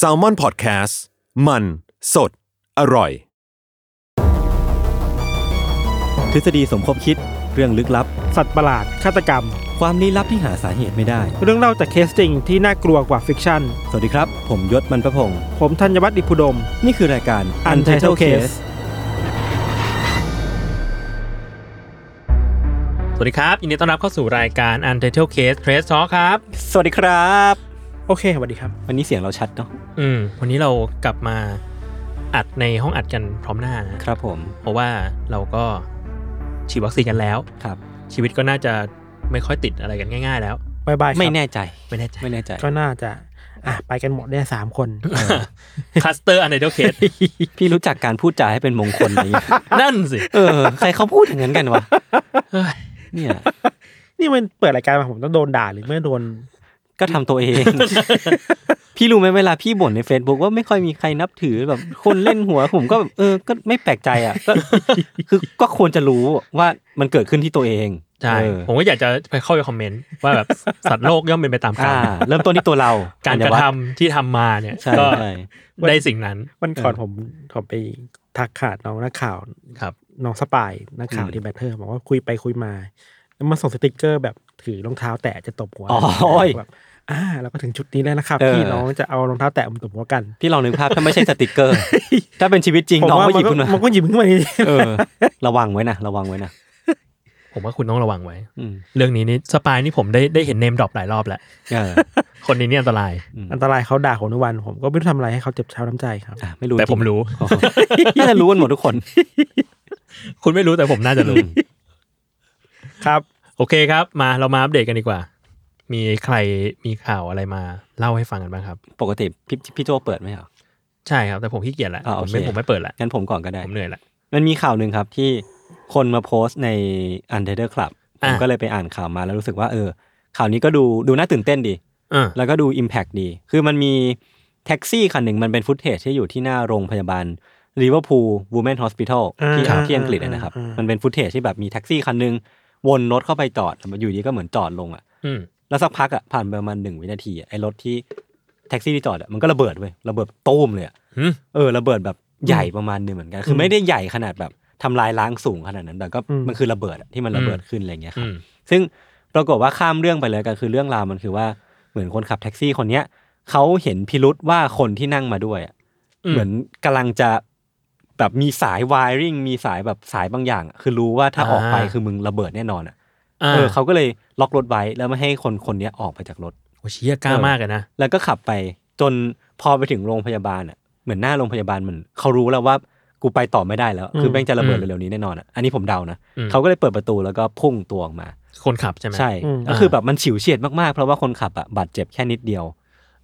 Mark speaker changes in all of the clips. Speaker 1: s a l m o n PODCAST มันสดอร่อย
Speaker 2: ทฤษฎีสมคบคิดเรื่องลึกลับ
Speaker 3: สัตว์ประหลาด ฆาตกรรม
Speaker 2: ความลี้ลับที่หาสาเหตุไม่ได้
Speaker 3: เรื่องเล่าจากเคสจริงที่น่ากลัวกว่าฟิกชั่น
Speaker 2: สวัสดีครับ ผมยศมันประพงศ์
Speaker 3: ผมธัญวัฒน์อิพุดม
Speaker 2: นี่คือรายการ Untitled Case
Speaker 4: สวัสดีครับ ยินดีต้อนรับเข้าสู่รายการ Untitled Case Trace Talk ครับ
Speaker 2: สวัสดีครับ
Speaker 3: โอเคสวัสดีครับ
Speaker 2: วันนี้เสียงเราชัดเนาะ
Speaker 4: อืม วันนี้เรากลับมาอัดในห้องอัดกันพร้อมหน้านะครับ
Speaker 2: ผม
Speaker 4: เพราะว่าเราก็ฉีดวัคซีนกันแล้ว
Speaker 2: ครับ
Speaker 4: ชีวิตก็น่าจะไม่ค่อยติดอะไรกันง่าย ๆ แล้ว
Speaker 3: บายบายครับ
Speaker 2: ไม่แน่ใจ
Speaker 4: ไม่แน่ใจ
Speaker 2: ไม่แน่ใจ
Speaker 3: ก็น่าจะ อ่ะ ไปกันหมดเนี่ยสาม คน
Speaker 4: คลัสเตอร์ Untitled Case
Speaker 2: พี่รู้จักการพูดจาให้เป็นมงคลไหม
Speaker 4: นั่นสิ
Speaker 2: เออ ใครเขาพูดอย่างนั้นกันวะ
Speaker 4: เฮ้ย
Speaker 2: เนี่ย
Speaker 3: นี่มันเปิดรายการมาผมต้องโดนด่าหรือไม่โดน
Speaker 2: ก็ทำตัวเอง พี่รู้ไหมเวลาพี่บ่นใน Facebook ว่าไม่ค่อยมีใครนับถือแบบคนเล่นหัวผมก็แบบเออ ก็ไม่แปลกใจอ่ะก็คือก็ควรจะรู้ว่ามันเกิดขึ้นที่ตัวเอง
Speaker 4: ใช่
Speaker 2: เออ
Speaker 4: ผมก็อยากจะไปเข้าไปคอมเมนต์ว่าแบบ สัตว์โลกย่อมเป็นไปตามกา
Speaker 2: อ่าร เริ่มต้นที่ตัวเรา
Speaker 4: การกระทำที่ทำมาเนี่ย
Speaker 2: ใช่
Speaker 4: ก็
Speaker 2: ใช่
Speaker 4: ได้สิ่งนั้น
Speaker 3: วันก่อนผมผมไปทักขาดน้องนักข่าว
Speaker 4: ครับ
Speaker 3: น้องสปายนักข่าวที่แบทเทอร์บอกว่าคุยไปคุยมาแล้วมาส่งสติกเกอร์แบบถือรองเท้าแตะจะตบหัว
Speaker 2: อ๋อโอ้ย
Speaker 3: แบบอ่าเราก็ถึงจุดนี้แล้วนะครับ
Speaker 2: เออ
Speaker 3: ที่น้องจะเอารองเท้าแตะมาตบหัวกัน
Speaker 2: พี่ลองนึกภาพถ้าไม่ใช่สติกเกอร์ ถ้าเป็นชีวิตจริง
Speaker 3: ผม
Speaker 2: น้อง
Speaker 3: ว่า
Speaker 2: ก็ห
Speaker 3: มั
Speaker 2: ยิบ
Speaker 3: นก็
Speaker 2: ขึ้นมา
Speaker 3: มันก็หยิบขึ้นมาจริง
Speaker 2: เออ ระวังไว้นะระวังไว้นะ
Speaker 4: ผมว่าคุณต้องระวังไว้
Speaker 2: อืม
Speaker 4: เรื่องนี้นี่สปายนี่ผมได้ได้เห็นเนมดรอปหลายรอบแล้ว
Speaker 2: เออ
Speaker 4: คนนี้นี่อันตราย
Speaker 3: ๆอันตรายเขาด่าผมทุกวัน ผมก็ไม่รู้ทำอะไรให้เขาเจ็บช้ำน้ำใจครับ
Speaker 2: อ่ะไม่รู้
Speaker 4: แต่ผมรู้
Speaker 2: จงๆน่าจะรู้กันหมดทุกคน
Speaker 4: คุณไม่รู้แต่ผมน่า จะรู้
Speaker 3: ครับ
Speaker 4: โอเคครับ มาเรามาอัปเดตกันดีกว่า มีใครมีข่าวอะไรมาเล่าให้ฟังกันบ้างครับ
Speaker 2: ปกติพี่พี่โจเปิดไหมครับ
Speaker 4: ใช่ครับแต่ผมขี้เกียจแล้ว
Speaker 2: อ่า
Speaker 4: ผ
Speaker 2: โอ
Speaker 4: ม
Speaker 2: เค
Speaker 4: ไม่ผมไม่เปิดละ
Speaker 2: งั้นผมก่อนก็ได้
Speaker 4: ผมเหนื่อยละ
Speaker 2: มันมีข่าวหนึ่งครับที่คนมาโพสต์ในอันเดอร์คลับผ
Speaker 4: อ่ะ
Speaker 2: มก็เลยไปอ่านข่าวมาแล้วรู้สึกว่าเออ ข่าวนี้ก็ดูดูน่าตื่นเต้นดี
Speaker 4: อ่า
Speaker 2: แล้วก็ดู Impact ดี คือมันมีแท็กซี่คันหนึ่งมันเป็นฟุตเทจที่อยู่ที่หน้าโรงพยาบาลลิเวอร์พูลวูแมนฮอสพิทอล
Speaker 3: อ่า
Speaker 2: ที่
Speaker 3: ครับ
Speaker 2: ที่อังกฤษอะนะครับ
Speaker 3: อ่าอ่า
Speaker 2: มันเป็นฟุตเทจที่แบบมีแท็กซี่คันหนึ่งวนรถเข้าไปจอดแล้วอยู่ดีก็เหมือนจอดลงอ่ะ
Speaker 4: อืม
Speaker 2: แล้วสักพักอ่ะผ่านไปประมาณหนึ่งวินาทีอะไอ้รถที่แท็กซี่ที่จอดอ่ะมันก็ระเบิดเว้ยระเบิดตูมเลยอะ
Speaker 4: หืม
Speaker 2: เออระเบิดแบบใหญ่ประมาณหนึงเหมือนกัน คือไม่ได้ใหญ่ขนาดแบบทำลายล้างสูงขนาดนั้น แต่ก็
Speaker 3: อืม
Speaker 2: มันคือระเบิดอะที่มันระเบิดขึ้นอะไรอย่างเงี้ยครับ
Speaker 4: อืม
Speaker 2: ซึ่งปรากฏว่าข้ามเรื่องไปเลยก็คือเรื่องราวมันคือว่าเหมือนคนขับแท็กซี่คนเนี้ยเขาเห็นพิรุษว่าคนที่นั่งมาด้วยอะเหมือนกำลังจะแบบมีสายวายริงมีสายแบบสายบางอย่างอะคือรู้ว่าถ้าออกไปคือมึงระเบิดแน่นอนอ่ะ
Speaker 4: อ่า
Speaker 2: เออเขาก็เลยล็อกรถไว้แล้วไม่ให้คนคนเนี้ยออกไปจากรถ
Speaker 4: โอ้เชี่ยกล้ามากเลยนะ
Speaker 2: แล้วก็ขับไปจนพอไปถึงโรงพยาบาลอ่ะเหมือนหน้าโรงพยาบาลเหมือนเขารู้แล้วว่ากูไปต่อไม่ได้แล้ว คือแม่งจะระเบิด
Speaker 4: อืม
Speaker 2: เร็วๆนี้แน่นอนอ่ะอันนี้ผมเดานะ
Speaker 4: อืม
Speaker 2: เขาก็เลยเปิดประตูแล้วก็พุ่งตัวออกมา
Speaker 4: คนขับใช่ไหม
Speaker 2: ใช่
Speaker 3: อืม
Speaker 2: ก็คือแบบมันฉิวเฉียดมาก ๆ เพราะว่าคนขับอ่ะบาดเจ็บแค่นิดเดียว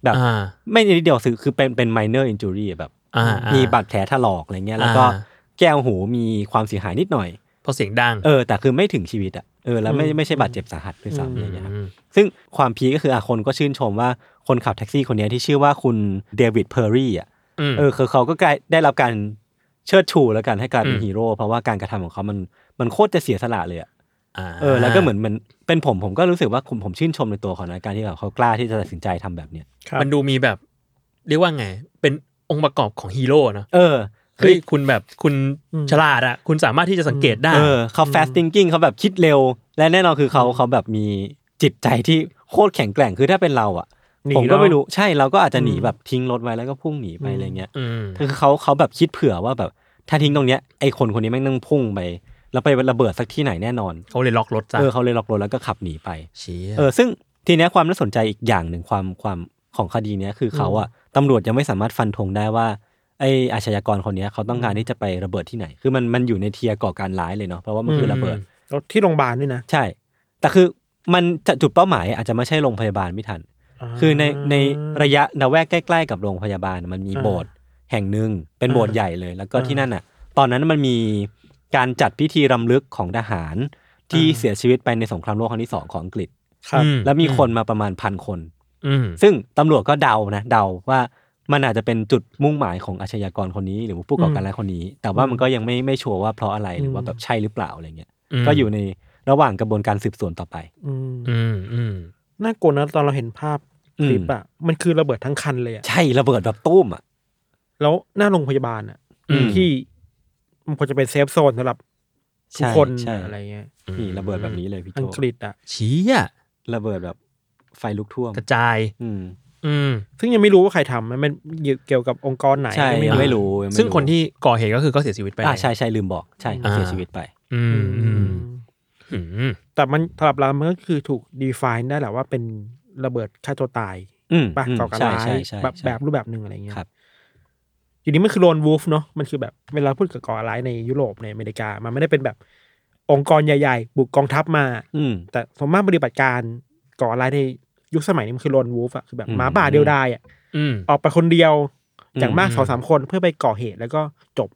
Speaker 2: แบบ
Speaker 4: อ่า
Speaker 2: ไม่นิดเดียวคือคือเป็นเป็น minor injury อะแบบ
Speaker 4: อ่าอ่า
Speaker 2: มีบาดแผลถลอกอะไรเงี้ยแล้วก็
Speaker 4: อ่า
Speaker 2: แก้วหูมีความเสียหายนิดหน่อย
Speaker 4: เพราะเสียงดัง
Speaker 2: เออ แต่คือไม่ถึงชีวิตอ่ะเออแล้วไม่
Speaker 3: อืม
Speaker 2: ไม่ใช่บาดเจ็บสาหัสด้วยซ้ำอะไร
Speaker 4: ม
Speaker 2: เงี้ยครับซึ่งความพีคก็คืออะคนก็ชื่นชมว่าคนขับแท็กซี่คนเนี้ยที่ชื่อว่าคุณเดวิดเพอร์รี่อ่ะ
Speaker 4: อืม
Speaker 2: เออคือเขาก็กลายได้รับการเชิดชูแล้วกันให้กลายเป็นฮีโร่เพราะว่าการกระทำของเขามันมันโคตรจะเสียสละเลยอ่ะ
Speaker 4: า
Speaker 2: เออแล้วก็เหมือนมันเป็นผมผมก็รู้สึกว่าผมผมชื่นชมในตัวเขานะการที่แบบเขากล้าที่จะตัดสินใจทำแบบเนี้ย
Speaker 3: ครับ
Speaker 4: มันดูมีแบบ เรียกว่าไง เป็นองค์ประกอบของฮีโร่เนอะ
Speaker 2: เออคื
Speaker 4: เฮ้
Speaker 2: อย
Speaker 4: คุณแบบคุณ
Speaker 3: อืม
Speaker 4: ฉลาดอะคุณสามารถที่จะสังเกตได้
Speaker 2: เออเขา fast thinking เขาแบบคิดเร็ว และแน่นอนคือเขาเขาแบบมีจิตใจที่โคตรแข็งแกร่งคือถ้าเป็นเราอ่ะ
Speaker 3: หนี
Speaker 2: ผมก็ไม่
Speaker 3: เนอะ
Speaker 2: รู้ใช่เราก็อาจจะหนี
Speaker 3: อืม
Speaker 2: แบบทิ้งรถไว้แล้วก็พุ่งหนีไป
Speaker 3: อืม
Speaker 2: อะไรเงี้ย
Speaker 4: อืม
Speaker 2: คือเขาเขาแบบคิดเผื่อว่าแบบถ้าทิ้งตรงเนี้ยไอคนคนนี้แม่งนั่งพุ่งไปแล้วไประเบิดสักที่ไหนแน่นอน
Speaker 4: เขาเลยล็อกรถจ้ะ
Speaker 2: เออเขาเลยล็อกรถแล้วก็ขับหนีไป
Speaker 4: เชี่ย
Speaker 2: เออซึ่งทีเนี้ยความน่าสนใจอีกอย่างหนึ่งความความของคดีเนี้ยคือเขาอะตำรวจยังไม่สามารถฟันธงได้ว่าไออาชญากรคนเนี้ยเขาต้องการที่จะไประเบิดที่ไหน คือมันมันอยู่ในเทียร์ก่อการร้ายเลยเนาะเพราะว่ามันคือ
Speaker 4: ม
Speaker 2: ระเบิด
Speaker 3: รถที่โรงพยาบาลด้วยนะ
Speaker 2: ใช่ แต่คือมันจะจุดเป้าหมายอาจจะไม่ใช่โรงพยาบาลไม่ทัน
Speaker 3: า
Speaker 2: คือในในระยะระแวกใกล้ๆกับโรงพยาบาลน่ะมันมี
Speaker 3: อ่า
Speaker 2: โบสถ์แห่งหนึ่งเป็นโบสถ์
Speaker 3: อ่า
Speaker 2: ใหญ่เลย แล้วก็
Speaker 3: อ่า
Speaker 2: ที่นั่นอ่ะ ตอนนั้นมันมีการจัดพิธีรำลึกของทหารที่
Speaker 3: อ่า
Speaker 2: เสียชีวิตไปในสงครามโลกครั้งที่สองของอังกฤษ
Speaker 3: ครับ
Speaker 4: อื
Speaker 2: แล้วมีคนมาประมาณพันคน
Speaker 4: อืม
Speaker 2: ซึ่งตำรวจก็เดานะเดาว่ามันอาจจะเป็นจุดมุ่งหมายของอาชญากรคนนี้ หรือว่าผู้ก่อการร้ายคนนี้ แต่ว่ามันก็ยังไม่ไม่ชัวร์ว่าเพราะอะไรหรือว่าแบบใช่หรือเปล่าอะไรเงี้ย
Speaker 4: ม
Speaker 2: ก็อยู่ในระหว่างกระบวนการสืบสวนต่อไป
Speaker 3: อืม
Speaker 4: อืมอืม
Speaker 3: น่ากลัวนะตอนเราเห็นภาพ
Speaker 2: อืม
Speaker 3: คลิปอะมันคือระเบิดทั้งคันเลยอะ
Speaker 2: ใช่ระเบิดแบบตุ้มอ่ะ
Speaker 3: แล้วหน้าโรงพยาบาลอะ
Speaker 4: อืม
Speaker 3: ที่มันควรจะเป็นเซฟโซนสำหรับทุก
Speaker 2: ใช่
Speaker 3: คน
Speaker 2: ใช่
Speaker 3: อะไรเงี้ย
Speaker 2: นี่ระเบิดแบบนี้เลยพี่โจ
Speaker 3: อังกฤษอะ
Speaker 4: เชี้อะ
Speaker 2: ระเบิดแบบไฟลุกท่วม
Speaker 4: กระจาย
Speaker 2: อืม
Speaker 4: อืม
Speaker 3: ซึ่งยังไม่รู้ว่าใครทำมันเป็นเกี่ยวกับองค์กรไหน
Speaker 2: ใช่
Speaker 3: ไม่
Speaker 2: ยัง
Speaker 3: รู้
Speaker 2: ไม่รู้ยัไม่
Speaker 4: ซึ่งคนที่ก่อเหตุก็คือก็เสียชีวิตไป
Speaker 2: อ่าใช่ใช่ลืมบอกใช่
Speaker 3: อ่า
Speaker 2: เสียชีวิตไป
Speaker 4: อืมอืมอืม
Speaker 3: แต่มันสำหรับเรามันก็คือถูก define ได้แหละว่าเป็นระเบิดฆ่าตัวตาย
Speaker 2: อืม
Speaker 3: ปะ
Speaker 2: อืม
Speaker 3: ก่อการ
Speaker 2: ใช่
Speaker 3: ร้าย
Speaker 2: ใช่ใช่
Speaker 3: แบบ
Speaker 2: ใช่
Speaker 3: แบบรูปแบบหนึ่งอะไรเงี้ย
Speaker 2: ครับ
Speaker 3: อยู่นี้มันคือโลนวูฟเนาะมันคือแบบเวลาพูดกับก่อการร้ายในยุโรปในอเมริกา มันไม่ได้เป็นแบบองค์กรใหญ่ๆ บุกกองทัพมา
Speaker 2: อืม
Speaker 3: แต่สมมติปฏิบัติการก่อการร้ายในยุคสมัยนี้มันคือโลนวูฟอะคือแบบ
Speaker 2: อืม
Speaker 3: หมาป่าเดียวดายอะ
Speaker 4: อืม
Speaker 3: ออกไปคนเดียวอย่างมาก
Speaker 2: อืม
Speaker 3: สองสามคนเพื่อไปก่อเหตุแล้วก็จบ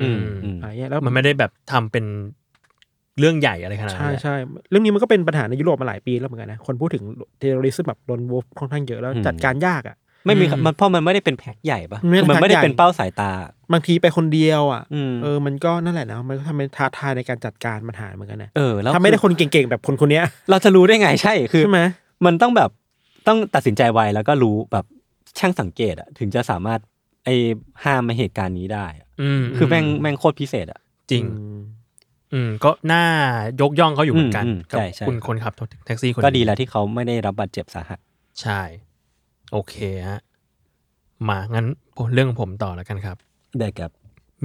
Speaker 2: อืมอืม
Speaker 3: อะไรเงี้ยแล้ว
Speaker 4: มันไม่ได้แบบทำเป็นเรื่องใหญ่อะไรขนาด
Speaker 3: ใช่
Speaker 4: นั้นแหละ
Speaker 3: ใช่เรื่องนี้มันก็เป็นปัญหาในยุโรปมาหลายปีแล้วเหมือนกันนะ คนพูดถึงเทโรริซึมแบบลนวฟค่อนข้างเยอะแล้ว
Speaker 2: อืม
Speaker 3: จัดการยากอ่ะ
Speaker 2: ไม่มีมันเพราะมันไม่ได้เป็นแพ็คใหญ่ปะ
Speaker 3: ไม่ได้
Speaker 2: มันไม่ได้
Speaker 3: แพ็คใหญ่
Speaker 2: เป็นเป้าสายตา
Speaker 3: บางทีไปคนเดียวอ่ะ
Speaker 2: อืม
Speaker 3: เออมันก็นั่นแหละนะมันก็ทำให้ท้าทายในการจัดการปัญหาเหมือนกันนะ
Speaker 2: เออแล้ว
Speaker 3: ถ้าไม่ได้
Speaker 2: อ
Speaker 3: คนเก่งๆ แบบคนคนเนี้ย
Speaker 2: เราจะรู้ได้ไงใช่คือ
Speaker 3: ใช่ไหม
Speaker 2: มันต้องแบบต้องตัดสินใจไวแล้วก็รู้แบบช่างสังเกตอะถึงจะสามารถไอห้ามเหตุการณ์นี้ได้อะ
Speaker 4: อืม
Speaker 2: คือแม่งแม่งโคตรพิเศษอะ
Speaker 4: จริง
Speaker 3: อืม
Speaker 4: อืม ก็น่ายกย่องเขาอยู่เหมือนกัน
Speaker 2: อืมอืม
Speaker 4: กับ
Speaker 2: ใช่ใช่
Speaker 4: คุณคนขับแท็กซี่คนนี้
Speaker 2: ก็ดีแล้วที่เขาไม่ได้รับบาดเจ็บสาหัส
Speaker 4: ใช่ โอเคฮะมางั้นเรื่องของผมต่อแล้วกันครับ
Speaker 2: ได้ครับ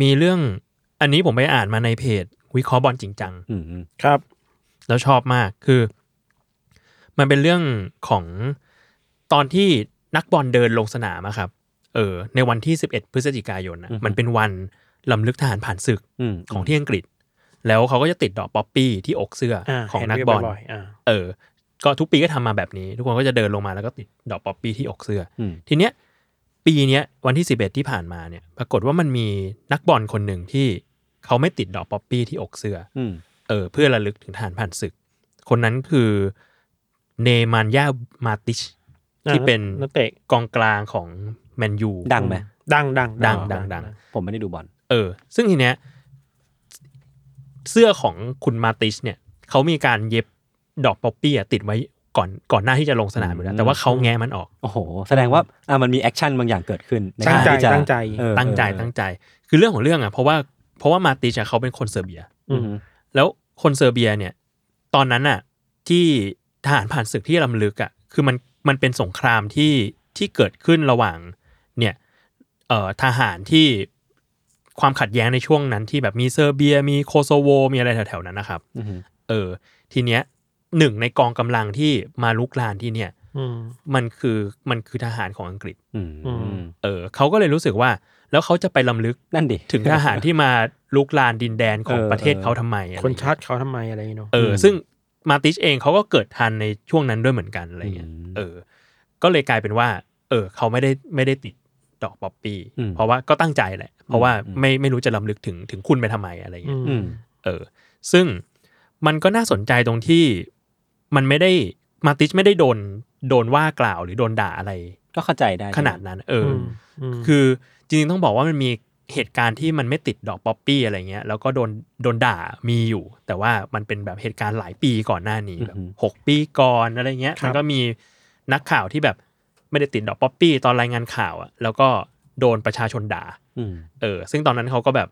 Speaker 4: มีเรื่องอันนี้ผมไปอ่านมาในเพจ วิเคราะห์บอลจริงจัง
Speaker 2: อืมอืม
Speaker 3: ครับ
Speaker 4: แล้วชอบมากคือ มันเป็นเรื่องของตอนที่นักบอลเดินลงสนามอะครับ เออ ในวันที่ 11 พฤศจิกายนนะมันเป็นวันลำลึกทหารผ่านศึก
Speaker 2: อืม
Speaker 4: ของที่อังกฤษ แล้วเขาก็จะติดดอกป๊อปปี้ที่อกเสื้ออา ของ
Speaker 3: เห็
Speaker 4: นัก
Speaker 3: เว็
Speaker 4: บอล
Speaker 3: ยๆอ่า
Speaker 4: เออ ก็ทุกปีก็ทำมาแบบนี้ ทุกคนก็จะเดินลงมาแล้วก็ติดดอกป๊อปปี้ที่อกเสื้อ
Speaker 2: อืม
Speaker 4: ทีเนี้ยปีเนี้ยวันที่ 11 ที่ผ่านมาเนี่ย ปรากฏว่ามันมีนักบอลคนหนึ่งที่เขาไม่ติดดอกป๊อปปี้ที่อกเสื้อ
Speaker 2: อืม
Speaker 4: เออเพื่อระลึกถึงทหารผ่านศึก คนนั้นคือเนมานยามาติช ที่เป็น
Speaker 3: นักเตะ
Speaker 4: กองกลางของแมนยู
Speaker 2: ดังไหม
Speaker 3: ดังดัง
Speaker 4: ดังดังดัง
Speaker 2: ผมไม่ได้ดูบอล
Speaker 4: เออ ซึ่งทีเนี้ยเสื้อของคุณมาติชเนี่ยเขามีการเย็บดอกป๊อปปี้อะติดไว้ก่อนก่อนหน้าที่จะลงสนามอยู่แล้ว
Speaker 2: อืม
Speaker 4: แต่ว่าเขาแง้มันออก
Speaker 2: โอ้โห แสดงว่าอ่ะมันมีแอคชั่นบางอย่างเกิดขึ้นน
Speaker 3: ตั้งใจ
Speaker 2: การที่ะ
Speaker 3: ตั้งใจ
Speaker 2: เออ
Speaker 4: ตั้งใจ
Speaker 2: เออ
Speaker 4: ตั้งใจ คือเรื่องของเรื่องอ่ะเพราะว่าเพราะว่ามาติชอะเขาเป็นคนเซอร์เบีย
Speaker 2: อืม
Speaker 4: แล้วคนเซอร์เบียเนี่ย ตอนนั้นน่ะ ที่ทหารผ่านศึกที่ลำลึกอะ่ะ คือมันมันเป็นสงครามที่ที่เกิดขึ้นระหว่างเนี่ยเอ่อทหารที่ความขัดแย้งในช่วงนั้นที่แบบมีเซอร์เบีย มีโคโซโว มีอะไรแถวๆนั้นนะครับ
Speaker 2: อืม
Speaker 4: เออ ทีเนี้ยหนึ่งในกองกำลังที่มาลุกลานที่เนี่ย
Speaker 3: อืม
Speaker 4: มันคือมันคือทหารของอังกฤษ
Speaker 2: อืม
Speaker 3: อืม
Speaker 4: เออเขาก็เลยรู้สึกว่า แล้วเขาจะไปลำลึก
Speaker 2: นั่นดิ
Speaker 4: ถึงทหารที่มาลุกลานดินแดนของ
Speaker 2: เออ
Speaker 4: ประเทศเขาทำไมอะไรอย่าง
Speaker 3: คน
Speaker 4: เงี้ย
Speaker 3: ชาร์จเขาทำไมอะไรเนาะ
Speaker 4: เอออ
Speaker 2: ม
Speaker 4: ซึ่งมาติชเองเขาก็เกิดทันในช่วงนั้นด้วยเหมือนกันอะไรเงี้ย
Speaker 2: อืม
Speaker 4: เออ ก็เลยกลายเป็นว่า เออ เขาไม่ได้ไม่ได้ติดดอกป๊อปปี้
Speaker 2: อืม
Speaker 4: เพราะว่าก็ตั้งใจแหละ เพราะว่า
Speaker 2: อืม
Speaker 4: ไม่ไม่รู้จะลำลึกถึงถึงคุณไปทำไมอะไรเงี้ย
Speaker 2: อืม
Speaker 4: เออ ซึ่งมันก็น่าสนใจตรงที่มันไม่ได้มาติชไม่ได้โดนโดนว่ากล่าวหรือโดนด่าอะไร
Speaker 2: ก็เข้าใจได้
Speaker 4: ขนาดนั้น เอออ
Speaker 3: ม
Speaker 4: คือจริงๆต้องบอกว่ามันมีเหตุการณ์ที่มันไม่ติดดอกป๊อปปี้อะไรเงี้ยแล้วก็โดนโดนด่ามีอยู่ แต่ว่ามันเป็นแบบเหตุการณ์หลายปีก่อนหน้านี้แบบหกปีก่อนอะไรเงี้ยมันก็มีนักข่าวที่แบบไม่ได้ติดดอกป๊อปปี้ตอนรายงานข่าวอะแล้วก็โดนประชาชนด่า
Speaker 2: อืม
Speaker 4: เออซึ่งตอนนั้นเขาก็แบบ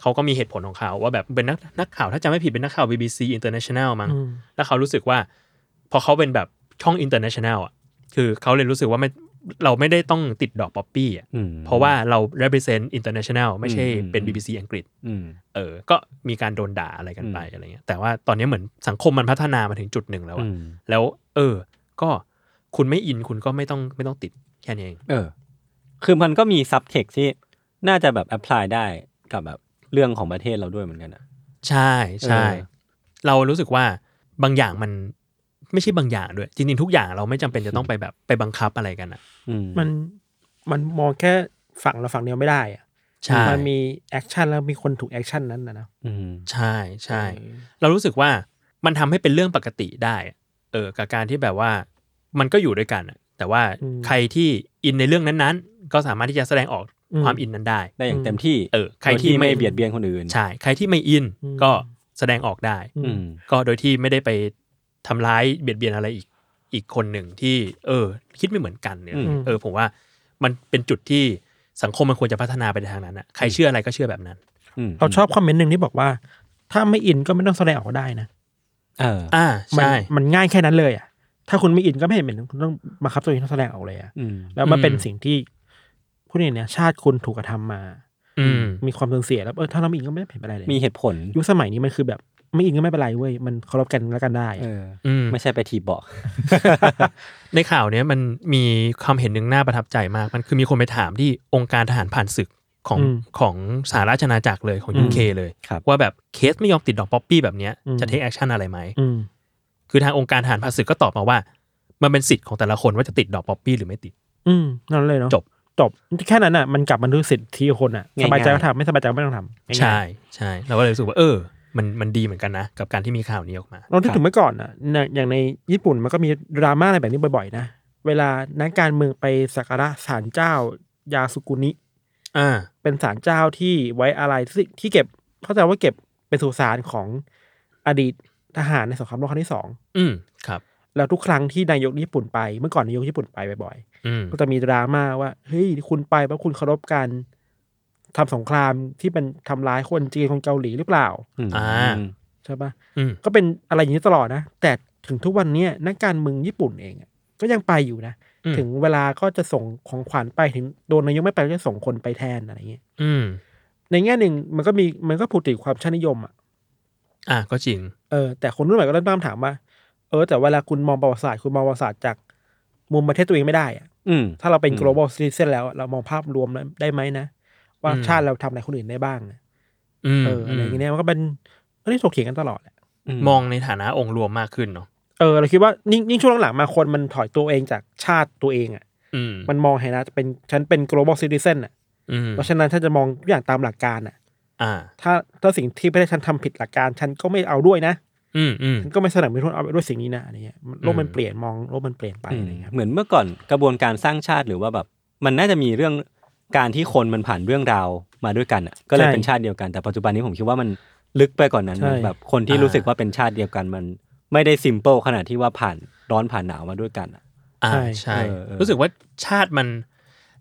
Speaker 4: เขาก็มีเหตุผลของเขาว่าแบบเป็นนักนักข่าวถ้าจำไม่ผิดเป็นนักข่าว BBC International มั้ง
Speaker 3: อืม
Speaker 4: แล้วเขารู้สึกว่า พอเขาเป็นแบบช่องอินเตอร์เนชั่นแนลอ่ะคือเขาเลยรู้สึกว่าไม่เราไม่ได้ต้องติดดอกป๊อปปี้อ่ะ
Speaker 2: อืม
Speaker 4: เพราะว่าเรา represent international ไม่ใช่
Speaker 2: อืม
Speaker 4: เป็น BBC อังกฤษ
Speaker 2: อืม
Speaker 4: เออ ก็มีการโดนด่าอะไรกันไปอะไรเงี้ยแต่ว่าตอนนี้เหมือนสังคมมันพัฒนามาถึงจุดหนึ่งแล้วอะ
Speaker 2: อืม
Speaker 4: แล้ว เออ ก็คุณไม่อินคุณก็ไม่ต้องไม่ต้องติดแค่นี้เอง
Speaker 2: เออ คือมันก็มีซับเทคที่น่าจะแบบแอพพลายได้กับแบบเรื่องของประเทศเราด้วยเหมือนกันอะ
Speaker 4: ใช่ใช่
Speaker 2: เออ
Speaker 4: เรารู้สึกว่าบางอย่างมัน ไม่ใช่บางอย่างด้วย จริงๆทุกอย่างเราไม่จำเป็นจะต้องไปแบบไปบังคับอะไรกันอ่ะ
Speaker 2: อืม
Speaker 3: มันมันมองแค่ฝั่งละฝั่งเดียวไม่ได้อะ
Speaker 4: ใช่
Speaker 3: มันมีแอคชั่นแล้วมีคนถูกแอคชั่นนั้นนะนะ
Speaker 2: อืม
Speaker 4: ใช่ใช่ เรารู้สึกว่ามันทำให้เป็นเรื่องปกติได้ เออ กับการที่แบบว่ามันก็อยู่ด้วยกันอะแต่ว่าใครที่อินในเรื่องนั้นๆ ก็สามารถที่จะแสดงออกความอินนั้นได้
Speaker 2: ได้อย่างเต็มที่
Speaker 4: เออ ใคร
Speaker 2: โดย
Speaker 4: ที่
Speaker 2: ไม่เบียดเบียนคนอื่น
Speaker 4: ใช่ ใครที่ไม่อินก็แสดงออกได้
Speaker 2: อืม
Speaker 4: ก็โดยที่ไม่ได้ไปทำร้ายเบียดเบียนอะไรอีกอีกคนหนึ่งที่ เออ คิดไม่เหมือนกันเนี่ย เออ ผมว่ามันเป็นจุดที่สังคมมันควรจะพัฒนาไปในทางนั้นอะใครเชื่ออะไรก็เชื่อแบบนั้น
Speaker 2: อืม
Speaker 3: เราชอบคอมเมนต์หนึ่งที่บอกว่า ถ้าไม่อินก็ไม่ต้องแสดงออกก็ได้นะ
Speaker 2: เออ
Speaker 4: อ่า
Speaker 3: มัน
Speaker 4: ใช่
Speaker 3: มันง่ายแค่นั้นเลยอ่ะถ้าคุณไม่อินก็ไม่เห็นเป็นคุณต้องบังคับตัวเองต้องแสดงออกเลยอ่ะ
Speaker 2: อืม
Speaker 3: แล้วมัน
Speaker 4: อืม
Speaker 3: เป็นสิ่งที่ผู้นี้เนี่ยชาติคุณถูกกระทำมา
Speaker 4: อืม
Speaker 3: มีความสูญเสียแล้วเออถ้าเราไม่อินก็ไม่เห็นอะไรเลย
Speaker 2: มีเหตุผล
Speaker 3: ยุคสมัยนี้มันคือแบบไม่อินก็ไม่เป็นไรเว้ยมันเคารพกันแล้วกันได้
Speaker 2: เออ
Speaker 4: อืม
Speaker 2: ไม่ใช่ไปถีบเบาะ
Speaker 4: ในข่าวเนี้ยมันมีความเห็นหนึ่งน่าประทับใจมาก มันคือมีคนไปถามที่องค์การทหารผ่านศึกของของสหราชอาณาจักรเลยของยูเคเลย
Speaker 2: ครับ
Speaker 4: ว่าแบบเคสไม่ยอมติดดอกป๊อปปี้แบบเนี้ย
Speaker 3: อืม
Speaker 4: จะเทคแอคชั่นอะไรไหม
Speaker 3: อืม
Speaker 4: คือทางองค์การทหารผ่านศึกก็ตอบมาว่า มันเป็นสิทธิ์ของแต่ละคนว่าจะติดดอกป๊อปปี้หรือไม่ติด
Speaker 3: อืมนั่นเลยเนาะ
Speaker 4: จบ
Speaker 3: จบแค่นั้นอ่ะมันกลับมาดูสิทธิคนอ่ะสบายใจก็ทำไม่สบายใจก็ไม่ต้องทำง่ายๆ
Speaker 4: ใช่ใช่เราก็เลยรู้สึกว่าเออ มันมันดีเหมือนกันนะ กับการที่มีข่าวนี้ออกมา
Speaker 3: เราคิดถึงเมื่อก่อนอ่ะในอย่างในญี่ปุ่นมันก็มีดราม่าอะไรแบบนี้บ่อยๆนะเวลานักการเมืองไปสักการะศาลเจ้ายาสุกุนิ
Speaker 4: อ่า
Speaker 3: เป็นศาลเจ้าที่ไว้อะไรที่งที่เก็บเข้าใจว่าเก็บเป็นสุสานของอดีตทหารในสงครามโลกครั้งที่สอง
Speaker 4: อืมครับ
Speaker 3: แล้วทุกครั้งที่นายกญี่ปุ่นไปเมื่อก่อนนายกญี่ปุ่นไปบ่อยๆ
Speaker 4: อืม
Speaker 3: ก็จะมีดราม่าว่าเฮ้ยคุณไปเพราะคุณเคารพการทำสงครามที่เป็นทำร้ายคนจีนคนเกาหลีหรือเปล่า
Speaker 2: ม
Speaker 4: อ่า
Speaker 3: ใช่ปะ
Speaker 4: อืม
Speaker 3: ก็เป็นอะไรอย่างนี้ตลอดนะ แต่ถึงทุกวันเนี้ยนักการเมืองญี่ปุ่นเองอะก็ยังไปอยู่นะ
Speaker 4: อืม
Speaker 3: ถึงเวลาก็จะส่งของขวัญไปถึงโดนนายกไม่ไปก็จะส่งคนไปแทนอะไรอย่างเงี้ย
Speaker 4: อืม
Speaker 3: ในแง่หนึ่งมันก็มีมันก็ผูกติดความชาตินิยมอ่ะ
Speaker 4: อ่าก็จริง
Speaker 3: เออแต่คนรุ่นใหม่ก็เริ่มตั้งคำถามว่าเออ แต่เวลาคุณมองประวัติศาสตร์คุณมองประวัติศาสตร์จากมุมประเทศตัวเองไม่ได้อะ
Speaker 2: อืม
Speaker 3: ถ้าเราเป็น
Speaker 2: อืม
Speaker 3: global citizen แล้วอะเรามองภาพรวมแล้วได้ไหมนะ ว่า
Speaker 4: อืม
Speaker 3: ชาติเราทำอะไรคนอื่นได้บ้างอะ
Speaker 4: อืม
Speaker 3: เอออะไรอย่างเงี้ยมันก็เป็นก็ได้ถกเถียงกันตลอดแหละ
Speaker 4: มองในฐานะองค์รวมมากขึ้นเนาะ
Speaker 3: เออเราคิดว่ายิ่งยิ่งช่วงหลังๆมาคนมันถอยตัวเองจากชาติตัวเองอ่ะ
Speaker 4: อืม
Speaker 3: มันมองให้นะเป็นฉันเป็น global citizen อ่ะ
Speaker 4: อืม
Speaker 3: เพราะฉะนั้นฉันจะมองทุกอย่างตามหลักการอ่ะ
Speaker 4: อ่า
Speaker 3: ถ้าถ้าสิ่งที่ประเทศฉันทำผิดหลักการ ฉันก็ไม่เอาด้วยนะ
Speaker 4: อืมอืม
Speaker 3: ฉันก็ไม่สนับสนุนเอาด้วยสิ่งนี้นะอะไรเงี้ยมันโลกมัน
Speaker 4: อืม
Speaker 3: เปลี่ยนมองโลกมันเปลี่ยนไป
Speaker 2: อืม
Speaker 3: อะไรเงี้ยครับ
Speaker 2: เหมือนเมื่อก่อนกระบวนการสร้างชาติหรือว่าแบบ มันน่าจะมีเรื่องการที่คนมันผ่านเรื่องราวมาด้วยกันอ่ะ ก็เลยเป็นชาติเดียวกันแต่ปัจจุบันนี้ผมคิดว่ามันลึกไปกว่านนั้นนะแบบคนที่
Speaker 4: อ่า
Speaker 2: รู้สึกว่าเป็นชาติเดียวกันมัน ไม่ได้ซิมเปิลขนาดที่ว่าผ่านร้อนผ่านหนาวมาด้วยกันอ่ะ
Speaker 4: อ่า
Speaker 3: ใช่
Speaker 4: ใช่
Speaker 2: เออเออ
Speaker 4: รู้สึกว่าชาติมัน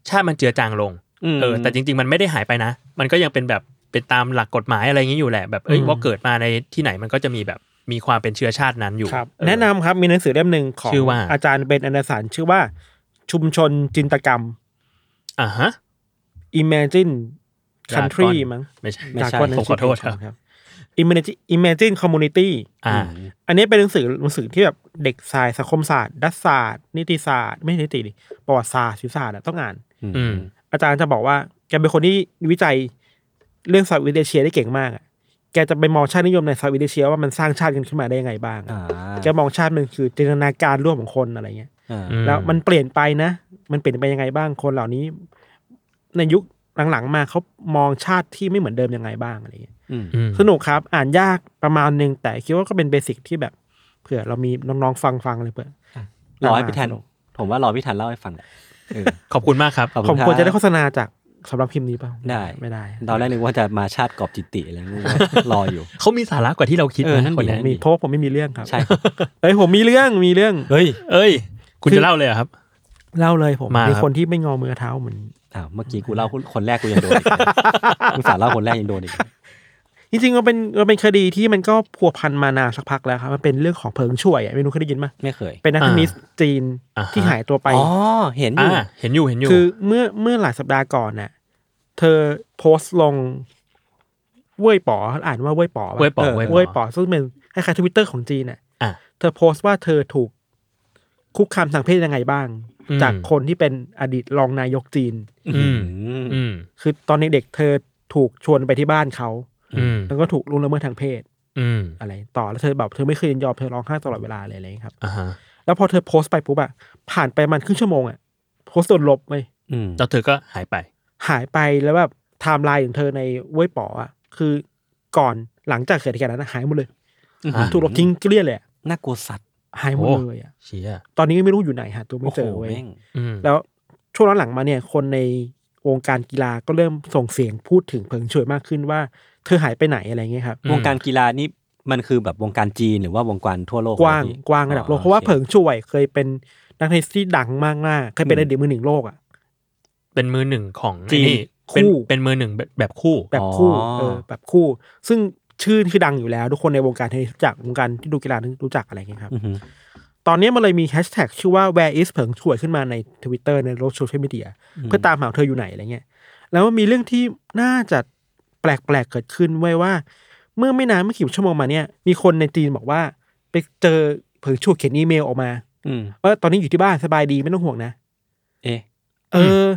Speaker 4: ชาติมันเจือจางลง
Speaker 2: ม
Speaker 4: เออแต่จริง ๆ มันไม่ได้หายไปนะ มันก็ยังเป็นแบบเป็นตามหลักกฎหมายอะไรอย่างนี้อยู่แหละแบบเอ้ย
Speaker 3: อืม
Speaker 4: ว่าเกิดมาในที่ไหนมันก็จะมีแบบมีความเป็นเชื้อชาตินั้นอยู่
Speaker 3: ครับ
Speaker 4: เออ
Speaker 3: แนะนำครับมีหนังสือเล่มหนึ่งของ
Speaker 4: ชื่อว่า
Speaker 3: อาจารย์เบนอนาสารชื่อว่าชุมชนจินตกรรม
Speaker 4: อ่าฮะ
Speaker 3: Imagine
Speaker 4: ดราก้อน
Speaker 3: Country มั้ง
Speaker 4: ไม่ใช่
Speaker 2: ไม่
Speaker 3: ดรา
Speaker 2: ใช่
Speaker 3: ก้อนนะ
Speaker 4: ผมขอโทษครับ
Speaker 3: ครับ Imagine Imagine Community
Speaker 4: อ่า
Speaker 3: อันนี้เป็นหนังสือหนังสือที่แบบเด็กสายสังคมศาสตร์ ดัชศาสตร์ นิติศาสตร์ ไม่ใช่นิติดิประวัติศาสตร์ศิลปศาสตร์อะต้องอ่าน
Speaker 4: อืม
Speaker 3: อาจารย์จะบอกว่า แกเป็นคนที่วิจัยเรื่องเซาท์อีสเอเชียได้เก่งมากอะแกจะไปมองชาตินิยมในเซาท์อีสเอเชียว่ามันสร้างชาติกันขึ้นมาได้ยังไงบ้างอะ
Speaker 2: อ่า
Speaker 3: แกมองชาติมันคือจินตนาการร่วมของคนอะไรเงี้ย
Speaker 2: อ่า
Speaker 4: อืม
Speaker 3: แล้วมันเปลี่ยนไปนะ มันเปลี่ยนไปยังไงบ้าง คนเหล่านี้ ในยุคหลังๆมาเขามองชาติที่ไม่เหมือนเดิมยังไงบ้างอะไรเงี้ย
Speaker 4: อืม
Speaker 3: สนุกครับ อ่านยากประมาณหนึ่งแต่คิดว่าก็เป็นเบสิกที่แบบเผื่อเรามีน้องๆฟังฟังๆเลยเผื่อ
Speaker 2: รอให้พี่ทันผมว่ารอพี่ทันเล่าให้ฟังแหละเออ
Speaker 4: ขอบคุณมากครับ
Speaker 2: ขอบ
Speaker 3: ผมควรจะได้
Speaker 2: ค
Speaker 3: โฆ
Speaker 2: บ
Speaker 3: ษณาจากสำหรับพิมพ์นี้เปล่า
Speaker 2: ได้
Speaker 3: ไม่ได้
Speaker 2: ตอนแรกนึกว่าจะมาชาติกรอบจิตติอะไรนึกว่ารออยู่
Speaker 4: เขามีสาระกว่าที่เราคิด
Speaker 2: เออนั่
Speaker 4: นะ
Speaker 2: น
Speaker 4: คน
Speaker 2: ดี
Speaker 4: เนี้ย
Speaker 3: มีเพราะว่าผมไม่มีเรื่องครับ
Speaker 2: ใช่
Speaker 3: เอ้ยผมมีเรื่องมีเรื่อง
Speaker 2: เฮ้ย
Speaker 4: เอ้ย คุณจะเล่าเลยเหรอครับ
Speaker 3: เล่าเลยผม
Speaker 4: มาครับ
Speaker 3: มีคนที่ไม่งอมือเท้าเหมือน
Speaker 2: อ้าวเมื่อกี้กูเล่าคนแรกกูยังโดนอีกเลยกูสารเล่าคนแรกยังโดนอีก
Speaker 3: จริงๆมันเป็นมันเป็นคดีที่มันก็พัวพันมานานสักพักแล้วครับมันเป็นเรื่องของเพิงช่วยอะไม่รู้เคยได้ยินไหมย
Speaker 2: ไม่เคย
Speaker 3: เป็นนักเทนนิสจีน
Speaker 4: อ่าฮะ
Speaker 3: ที่หายตัวไป
Speaker 2: อ๋อ เห็นอยู่
Speaker 4: อ่าเห็นอยู่เห็นอยู่
Speaker 3: คือเมื่อเมื่อหลายสัปดาห์ก่อนน่ะ เธอโพสต์ลงเว่ยป๋ออ่านว่าเว่ยป๋อปะ
Speaker 4: เว้ยปอ
Speaker 2: เออ
Speaker 4: เว้ยปอ
Speaker 3: เว่ยป๋อซึ่งเป็นคล้ายๆทวิตเตอร์ของจีนน่ะ
Speaker 4: อ่ะ
Speaker 3: เธอโพสต์ว่าเธอถูกคุกคามทางเพศยังไงบ้าง
Speaker 4: อืม
Speaker 3: จากคนที่เป็นอดีตรองนายกจีน
Speaker 4: อืม
Speaker 2: อืม
Speaker 4: อืม
Speaker 3: คือตอนเด็กๆเธอถูกชวนไปที่บ้านเขา
Speaker 4: อืม
Speaker 3: แล้วก็ถูกลุวงละเมิดทางเพศ
Speaker 4: อืม
Speaker 3: อะไรต่อแล้วเธอแบบเธอไม่เคยยินยอมเธอร้องไห้ตลอดเวลาเลยอะไรอย่างเงี้ยครับ
Speaker 4: อ่าฮะ
Speaker 3: แล้วพอเธอโพสต์ไปปุ๊บอะผ่านไปมันครึ่งชั่วโมงอะโพสต์โดนลบไป
Speaker 2: อืม
Speaker 4: แล้วเธอก็หายไป
Speaker 3: หายไปแล้วแบบไทม์ไลน์ของเธอในเว้ยป๋ออะคือก่อนหลังจากเกิดเหตุการณ์นั้นอะหายหมดเลย
Speaker 4: อ่า
Speaker 3: ถูกลบทิ้งเกลี้ยงเลยอะ
Speaker 2: น่ากลัวสัตว์
Speaker 3: หายหมด
Speaker 4: โอ้
Speaker 3: เลยอะ
Speaker 4: เชีย
Speaker 3: ตอนนี้ก็ไม่รู้อยู่ไหนหาตัวไม่
Speaker 2: โอ้โห
Speaker 3: เจอเว้ย
Speaker 2: แม่ง
Speaker 4: อืม
Speaker 3: แล้วช่วงหลังๆมาเนี่ย คนในวงการกีฬาก็เริ่มส่งเสียงพูดถึงเพิงช่วยมากขึ้นว่า เธอหายไปไหนอะไรเงี้ยครับ
Speaker 2: วงการกีฬานี่มันคือแบบวงการจีนหรือว่าวงการทั่วโลก
Speaker 3: กว้าง
Speaker 2: เหรอพี่
Speaker 3: กว้างระดับโล
Speaker 2: อ๋
Speaker 3: ก
Speaker 2: อ
Speaker 3: เพราะว่า
Speaker 2: โอค
Speaker 3: เผิงช่วยเคยเป็นนักเทนนิสที่ดังมากๆเคยเป็นอดีตมือหนึ่งโลกอ่ะ
Speaker 4: เป็นมือหนึ่งของ
Speaker 3: จริง
Speaker 4: ไอ้นี่เป็น
Speaker 3: คู่
Speaker 4: เป็นมือหนึ่งแบบแบบคู่
Speaker 3: แบบคู่เออแบบคู่ ซึ่งชื่อคือดังอยู่แล้ว ทุกคนในวงการเทนนิสรู้จักวงการที่ดูกีฬารู้จักอะไรอย่างเงี้ยครับ
Speaker 2: อือหือ
Speaker 3: ตอนนี้มันเลยมีแฮชแท็กชื่อว่า where is เผิงช่วยขึ้นมาในทวิตเตอร์ในโลกโซเชียลมีเดียเพื่อตามหาเธออยู่ไหนอะไรเงี้ยแล้วมันมีเรื่องที่น่าจะแปลกๆเกิดขึ้นไว้ยว่า เมื่อไม่นานไม่กี่ชั่วโมงมาเนี่ย มีคนในจีนบอกว่าไปเจอเผิงช่วยเขียนอีเมลออกมา
Speaker 2: อืม
Speaker 3: ว่าตอนนี้อยู่ที่บ้านสบายดีไม่ต้องห่วงนะ
Speaker 2: เอ๊ะ
Speaker 3: เออ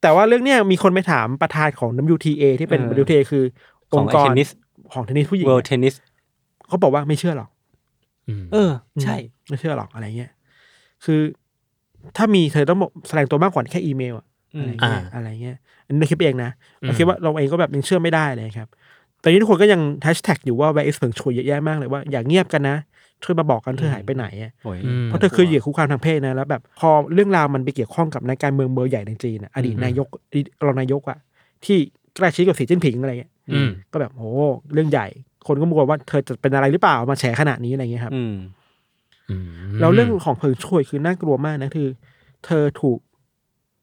Speaker 3: แต่ว่าเรื่องเนี้ยมีคนไปถามประธานของ WTA ที่เป็น
Speaker 2: เออ
Speaker 3: WTA คือ
Speaker 2: ข
Speaker 3: อ
Speaker 2: อง
Speaker 3: งค์
Speaker 2: ไอ้
Speaker 3: ก
Speaker 2: เท
Speaker 3: ร
Speaker 2: นนิส
Speaker 3: ของเทนนิสผู้หญิง
Speaker 2: World Tennis
Speaker 3: เขาบอกว่าไม่เชื่อหรอก
Speaker 4: อืม
Speaker 2: เออ ใช่
Speaker 3: อืมไม่เชื่อหรอกอะไรเงี้ยคือ ถ้ามีเธอต้องบอกแสดงตัวมากกว่าแค่อีเมลอะอะไรเงี้ยอะไรเงี้ยอันนี้เราคิดเองนะเราคิดว่าเราเองก็แบบยังเชื่อไม่ได้เลยครับแต่นี้ทุกคนก็ยังแฮชแท็กอยู่ว่า where is เผิงชวยเยอะแยะมากเลยว่าอย่าเงียบกันนะช่วยมาบอกกันเธอหายไปไหนอะ
Speaker 2: โอ้ย
Speaker 4: ม
Speaker 3: เพราะเธอคือเหยื่อคุกคามทางเพศนะแล้วแบบพอเรื่องราวมันไปเกี่ยวข้องกับนักการเมืองเบอร์ใหญ่ในจีนอะอดีตนายกอดีตรองนายกอะที่ใกล้ชิดกับสีจิ้นผิงอะไรเงี้ย
Speaker 4: อืม
Speaker 3: ก็แบบโหเรื่องใหญ่ คนก็มัวว่าเธอจะเป็นอะไรหรือเปล่ามาแฉขนาดนี้อะไรเงี้ยครับ
Speaker 2: อืม
Speaker 4: อืม
Speaker 3: แล้วเรื่องของเพิงช่วยคือน่ากลัวมากนะคือ เธอถูก